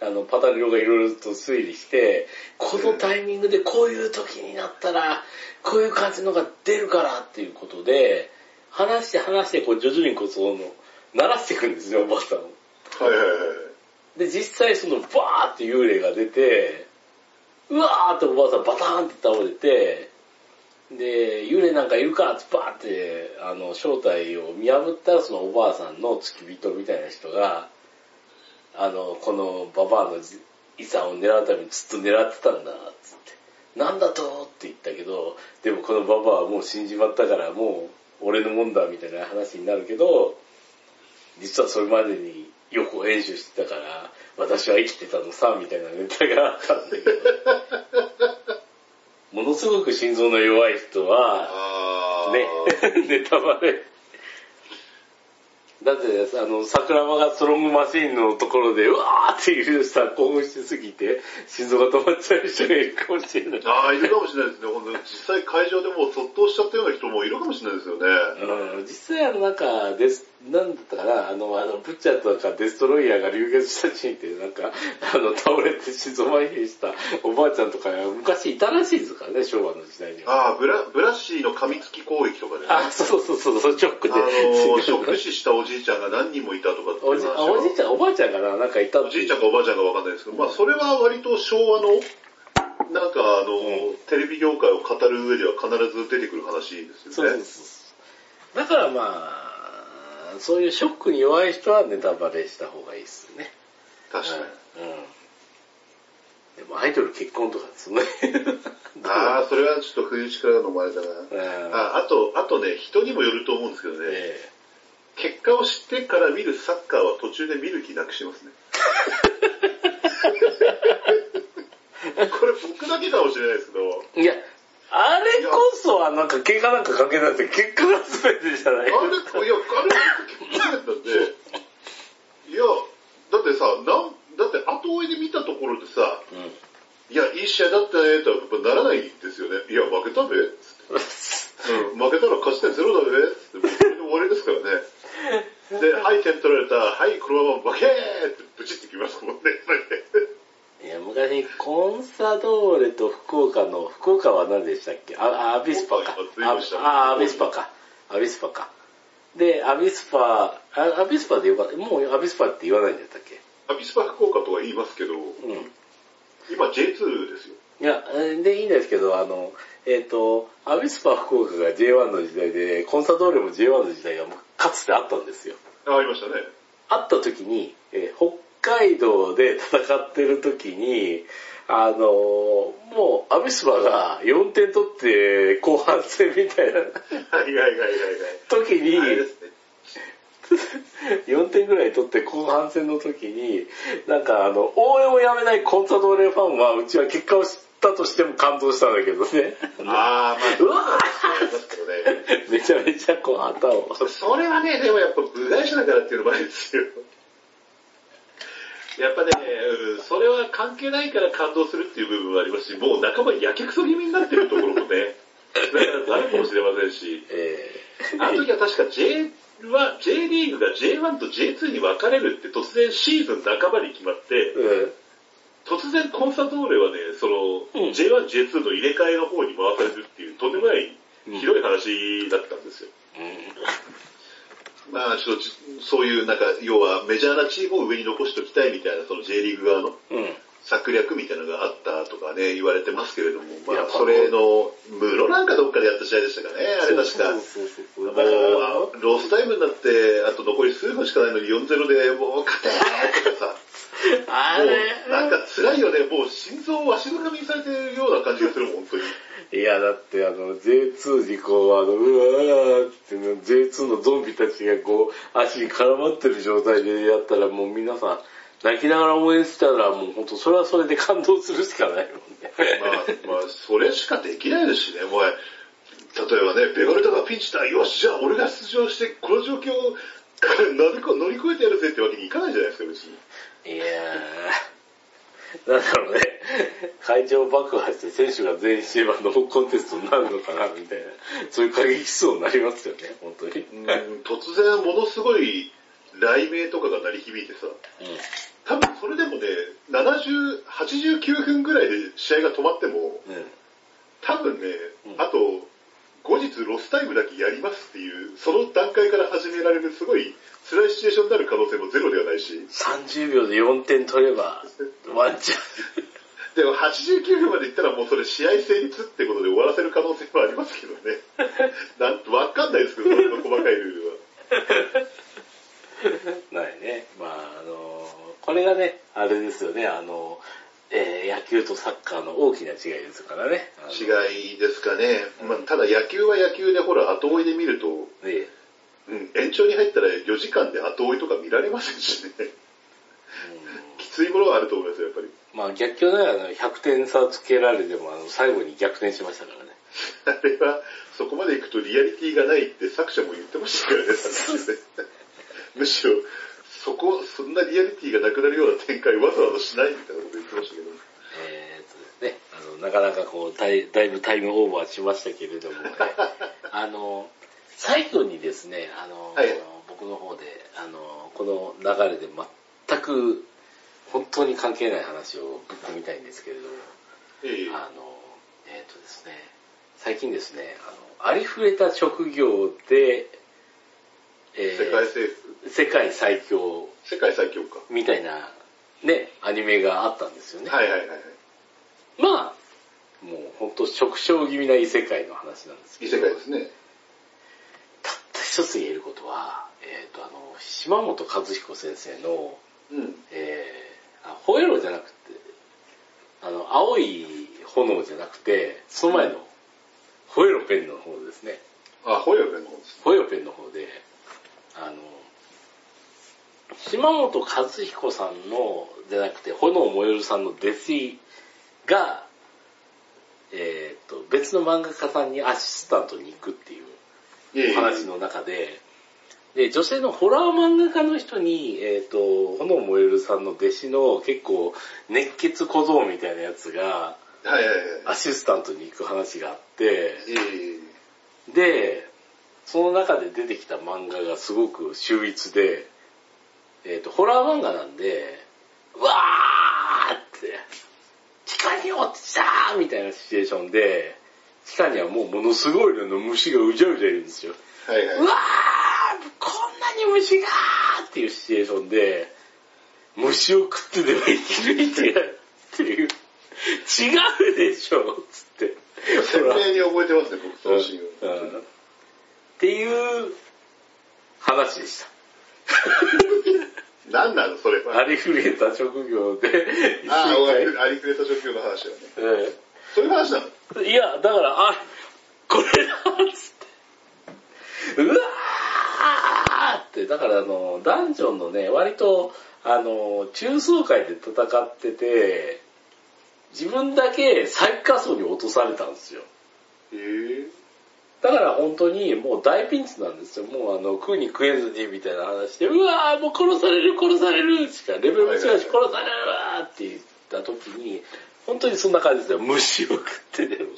[SPEAKER 1] あの、パタリロがいろいろと推理して、このタイミングでこういう時になったら、こういう感じのが出るからっていうことで、話して話して、こう徐々にこうその、鳴らしていくんですね、おばあさんを。
[SPEAKER 2] はいはいはいはい。
[SPEAKER 1] で、実際そのバーって幽霊が出て、うわーっておばあさんバターンって倒れて、で、幽霊なんかいるかってバーって、あの、正体を見破ったらそのおばあさんの付き人みたいな人が、あの、このババアのじ遺産を狙うためにずっと狙ってたんだ、つって。なんだとって言ったけど、でもこのババアはもう死んじまったからもう俺のもんだみたいな話になるけど、実はそれまでに予行演習してたから、私は生きてたのさ、みたいなネタがあったんだけど、ものすごく心臓の弱い人は、
[SPEAKER 2] あ
[SPEAKER 1] ね、 ネタバレ。だって、あの、桜庭がストロングマシーンのところで、うわーっていうさ、興奮しすぎて、心臓が止まっちゃう人がいるかもしれない。
[SPEAKER 2] ああ、いるかもしれないですね。ほんと実際会場でもう卒倒しちゃったような人もいるかもしれないですよね。
[SPEAKER 1] うん実際あのなんかデス、なんだったかな、あの、あの、ブッチャーとかデストロイヤーが流血したシーンって、なんか、あの、倒れて心臓麻痺したおばあちゃんとか、昔いたらしいですからね、昭和の時代には。
[SPEAKER 2] ああ、ブラ、ブラッシーの噛みつき攻撃とかね。あ
[SPEAKER 1] あ、そうそうそう、そうショックで。
[SPEAKER 2] の、ショック死したおじいちゃんが何人もいたとかって
[SPEAKER 1] お
[SPEAKER 2] 話
[SPEAKER 1] じあ
[SPEAKER 2] を
[SPEAKER 1] おじいちゃん、おばあちゃんかな、なんかいた
[SPEAKER 2] おじいち
[SPEAKER 1] ゃ
[SPEAKER 2] ゃんかおばあちゃんかわかんないですけど、まあそれは割と昭和の、なんかあの、テレビ業界を語る上では必ず出てくる話です
[SPEAKER 1] そう
[SPEAKER 2] よ
[SPEAKER 1] そう
[SPEAKER 2] ね。
[SPEAKER 1] そう。だからまあ、そういうショックに弱い人はネタバレした方がいいですね。
[SPEAKER 2] 確かに。
[SPEAKER 1] うん。でもアイドル結婚とかですね。
[SPEAKER 2] ああ、それはちょっと不意打ちからのもあれだな。
[SPEAKER 1] うん
[SPEAKER 2] ああと、あとね、人にもよると思うんですけどね、
[SPEAKER 1] え
[SPEAKER 2] 結果を知ってから見るサッカーは途中で見る気なくし ますね。これ僕だけかもしれないですけど、
[SPEAKER 1] えいや、あれこそはなんか経過なんか関係なくて結果が全てじゃな
[SPEAKER 2] あ
[SPEAKER 1] い
[SPEAKER 2] れ、いや、あれ結果だったんで、いや、だってさ、なん、だって後追いで見たところでさ、いや、いい試合だったね、とはやっぱならないんですよね。いや、負けたべ、つってうん、負けたら勝ち点ゼロだべ、つって、もうそれで終わりですからね。で、はい、点取られた、はい、このまま負けーってブチってきますもんね。
[SPEAKER 1] うん。いや、昔、コンサドーレと福岡の、福岡は何でしたっけあ、あアビスパか
[SPEAKER 2] 福岡。は随分下
[SPEAKER 1] あ、あアビスパか。アビスパか。で、アビスパ、あアビスパでよかった。もうアビスパって言わないんだったっけ
[SPEAKER 2] アビスパ福岡とは言いますけど、
[SPEAKER 1] うん。
[SPEAKER 2] 今 J2 ですよ。
[SPEAKER 1] いや、えーで、いいんですけど、あの、えっ、と、アビスパ福岡が J1 の時代で、コンサドーレも J1 の時代がもうかつてあったんですよ。
[SPEAKER 2] あ、ありましたね。
[SPEAKER 1] 会った時に、えー北海道で戦ってる時に、あのーもうアビスパが4点取って後半戦みたいな
[SPEAKER 2] はいはいはいはい
[SPEAKER 1] 時に、
[SPEAKER 2] はい。あれですね。
[SPEAKER 1] 4点ぐらい取って後半戦の時に、なんかあの、応援をやめないコンサドーレファンは、うちは結果を知ったとしても感動したんだけどね。
[SPEAKER 2] あー、まあ、
[SPEAKER 1] うわ
[SPEAKER 2] そうですけどね。
[SPEAKER 1] ーめちゃめちゃこう旗を。
[SPEAKER 2] それはね、でもやっぱ部外者だからっていうのもあるんですよ。やっぱね、うんそれは関係ないから感動するっていう部分はありますし、もう半ばやけくそ気味になってるところもね、あるかもしれませんし、
[SPEAKER 1] え
[SPEAKER 2] あの時は確か J は、J リーグが J1 と J2 に分かれるって突然シーズン半ばに決まって、
[SPEAKER 1] ーうん
[SPEAKER 2] 突然コンサドーレはね、その、
[SPEAKER 1] うん
[SPEAKER 2] J1、J2 の入れ替えの方に回されるっていうとんでもない、ひどい話だったんですよ。まあ、ちょっとじそういう、なんか、要はメジャーなチームを上に残しておきたいみたいな、その J リーグ側の
[SPEAKER 1] うん。
[SPEAKER 2] 策略みたいなのがあったとかね、言われてますけれども、
[SPEAKER 1] いや
[SPEAKER 2] まあ、それの、室なんかどっかでやった試合でしたかね、あれ確か。
[SPEAKER 1] そうそうそうそう
[SPEAKER 2] も
[SPEAKER 1] う。だから、
[SPEAKER 2] ロスタイムになって、あと残り数分しかないのに4-0で、もう勝てーとかさ。
[SPEAKER 1] あ
[SPEAKER 2] もう
[SPEAKER 1] れ
[SPEAKER 2] なんか辛いよね、もう心臓を足並みにされてるような感じがするもん、本 当に。
[SPEAKER 1] いや、だってあの、J2 にこう、あの、うわーってね、J2 のゾンビたちがこう、足に絡まってる状態でやったら、もう皆さん、泣きながら応援したら、もう本当、それはそれで感動するしかないもんね。
[SPEAKER 2] まあ、まあ、それしかできないですしね、もう、例えばね、ベガルタがピンチだ、よっしゃ、俺が出場して、この状況を乗りこ乗り越えてやるぜってわけにいかないじゃないですか、別に。
[SPEAKER 1] いやー、なんだろうね、会場爆破して選手が全員して、あの、コンテストになるのかな、みたいな、そういう過激思想になりますよね、本当に。
[SPEAKER 2] うん突然、ものすごい雷鳴とかが鳴り響いてさ、多分それでもね、70、89分ぐらいで試合が止まっても、
[SPEAKER 1] うん。うん。
[SPEAKER 2] 多分ね
[SPEAKER 1] う、ん
[SPEAKER 2] あと、後日ロスタイムだけやりますっていう、その段階から始められるすごい辛いシチュエーションになる可能性もゼロではないし、
[SPEAKER 1] 30秒で4点取れば、ワンチャン。
[SPEAKER 2] でも89分までいったらもうそれ試合成立ってことで終わらせる可能性もありますけど ね。なんとわかんないですけど、それの細かいルールは。
[SPEAKER 1] ないね。まああの、これがね、あれですよね、あの、えー野球とサッカーの大きな違いですからね。あの
[SPEAKER 2] 違いですかね。まあ、ただ野球は野球でほら後追いで見ると、
[SPEAKER 1] ね
[SPEAKER 2] うん、延長に入ったら4時間で後追いとか見られませんしね。きついものはあると思いますよ、やっぱり。
[SPEAKER 1] うんまあ逆境ではあの100点差つけられても、あの、最後に逆転しましたからね。
[SPEAKER 2] あれは、そこまで行くとリアリティがないって作者も言ってましたからね、作者ね むしろ、そこ、そんなリアリティがなくなるような展開わざわざしないみたいなこと言ってましたけど。
[SPEAKER 1] えー、とですね、あの、なかなかこう、だいだいぶタイムオーバーしましたけれども ね、あの、最後にですね、あの、
[SPEAKER 2] はい
[SPEAKER 1] 僕の方で、あの、この流れで全く、本当に関係ない話をぶっ込みたいんですけれども、
[SPEAKER 2] ええ
[SPEAKER 1] あの、えっ、とですね、最近ですね、あの、ありふれた職業で、えー
[SPEAKER 2] 世界政府、
[SPEAKER 1] 世界最強
[SPEAKER 2] 世界最強か。
[SPEAKER 1] みたいな、ね、アニメがあったんですよね。
[SPEAKER 2] はいはいはいはい。
[SPEAKER 1] まあ、もうほんと食傷気味な異世界の話なんですけ
[SPEAKER 2] 異
[SPEAKER 1] ど、
[SPEAKER 2] 世界ですね。
[SPEAKER 1] たった一つ言えることは、えっ、と、あの、島本和彦先生の、
[SPEAKER 2] うん。
[SPEAKER 1] えー、あホエロじゃなくて、あの、青い炎じゃなくて、その前の、ホエロペンの方ですね。
[SPEAKER 2] あ、ホイオペンの方です。
[SPEAKER 1] ホエロペンの方で、あの、島本和彦さんの、じゃなくて、炎もよるさんの弟子が、えーっと、別の漫画家さんにアシスタントに行くっていう
[SPEAKER 2] ええ
[SPEAKER 1] お話の中で、で、女性のホラー漫画家の人に、えーっと、炎もよるさんの弟子の結構熱血小僧みたいなやつが
[SPEAKER 2] はいはいはい。
[SPEAKER 1] アシスタントに行く話があって、
[SPEAKER 2] ええ
[SPEAKER 1] で、その中で出てきた漫画がすごく秀逸で、えっ、と、ホラー漫画なんで、うわーって、地下に落ちたーみたいなシチュエーションで、地下にはもうものすごい量の虫がうじゃうじゃいるんですよ。。
[SPEAKER 2] はいはいう
[SPEAKER 1] わーこんなに虫がーっていうシチュエーションで、虫を食ってでは生き抜いてやるっていう、違うでしょつって。
[SPEAKER 2] 鮮明に覚えてますね、僕、そのシーンを。
[SPEAKER 1] うんっていう話でし
[SPEAKER 2] 何なの、それ
[SPEAKER 1] た。あ
[SPEAKER 2] は。
[SPEAKER 1] りふれた職業で、
[SPEAKER 2] ああ、わか
[SPEAKER 1] 一
[SPEAKER 2] るありふれた職業の話だね。
[SPEAKER 1] 瞬間
[SPEAKER 2] そういう話なの
[SPEAKER 1] うんいや、だから、あ、これだっつって。うわーって、だからあの、ダンジョンのね、割と、あの、中層階で戦ってて、自分だけ最下層に落とされたんですよ。
[SPEAKER 2] ええ
[SPEAKER 1] だから本当にもう大ピンチなんですよ。もうあの、食うに食えずにみたいな話で、うわーもう殺される殺されるしか、レベルも違うし殺されるわーって言った時に、本当にそんな感じですよ。虫を食ってでも。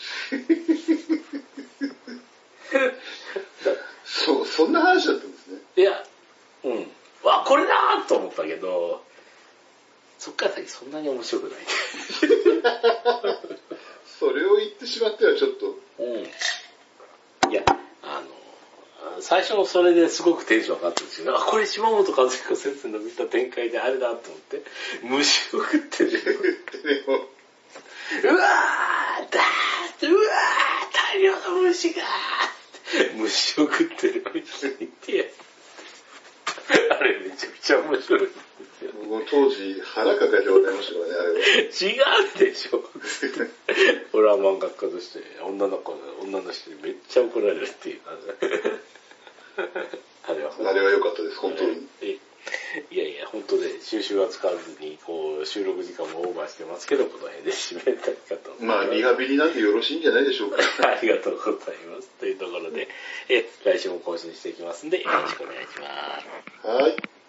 [SPEAKER 2] そう、そんな話だったんですね。
[SPEAKER 1] いや、うん。わ、これだーと思ったけど、そっから先そんなに面白くない。
[SPEAKER 2] それを言ってしまってはちょっと、
[SPEAKER 1] うん。いや、あの、最初それですごくテンション上がったんですけど、あ、これ島本和彦先生の見た展開であれだと思って、虫を食ってね、
[SPEAKER 2] でも、
[SPEAKER 1] うわーだーってうわー大量の虫がーって虫を食ってるのに聞いて、あれめちゃくちゃ面白い。
[SPEAKER 2] もう当時腹抱えて笑いましたからね、あれは。
[SPEAKER 1] 違うでしょ。俺は漫画家として、女の子、女の人にめっちゃ怒られるっていう。あれは
[SPEAKER 2] あれは良かったです、本当に。
[SPEAKER 1] えいやいや、本当で、収集は使わずに、こう、収録時間もオーバーしてますけど、この辺で締めたいかと思い
[SPEAKER 2] まあ、リハビリなんてよろしいんじゃないでしょうか。
[SPEAKER 1] ありがとうございます。というところで、え、来週も更新していきますんで、よろしくお願いします。
[SPEAKER 2] はい。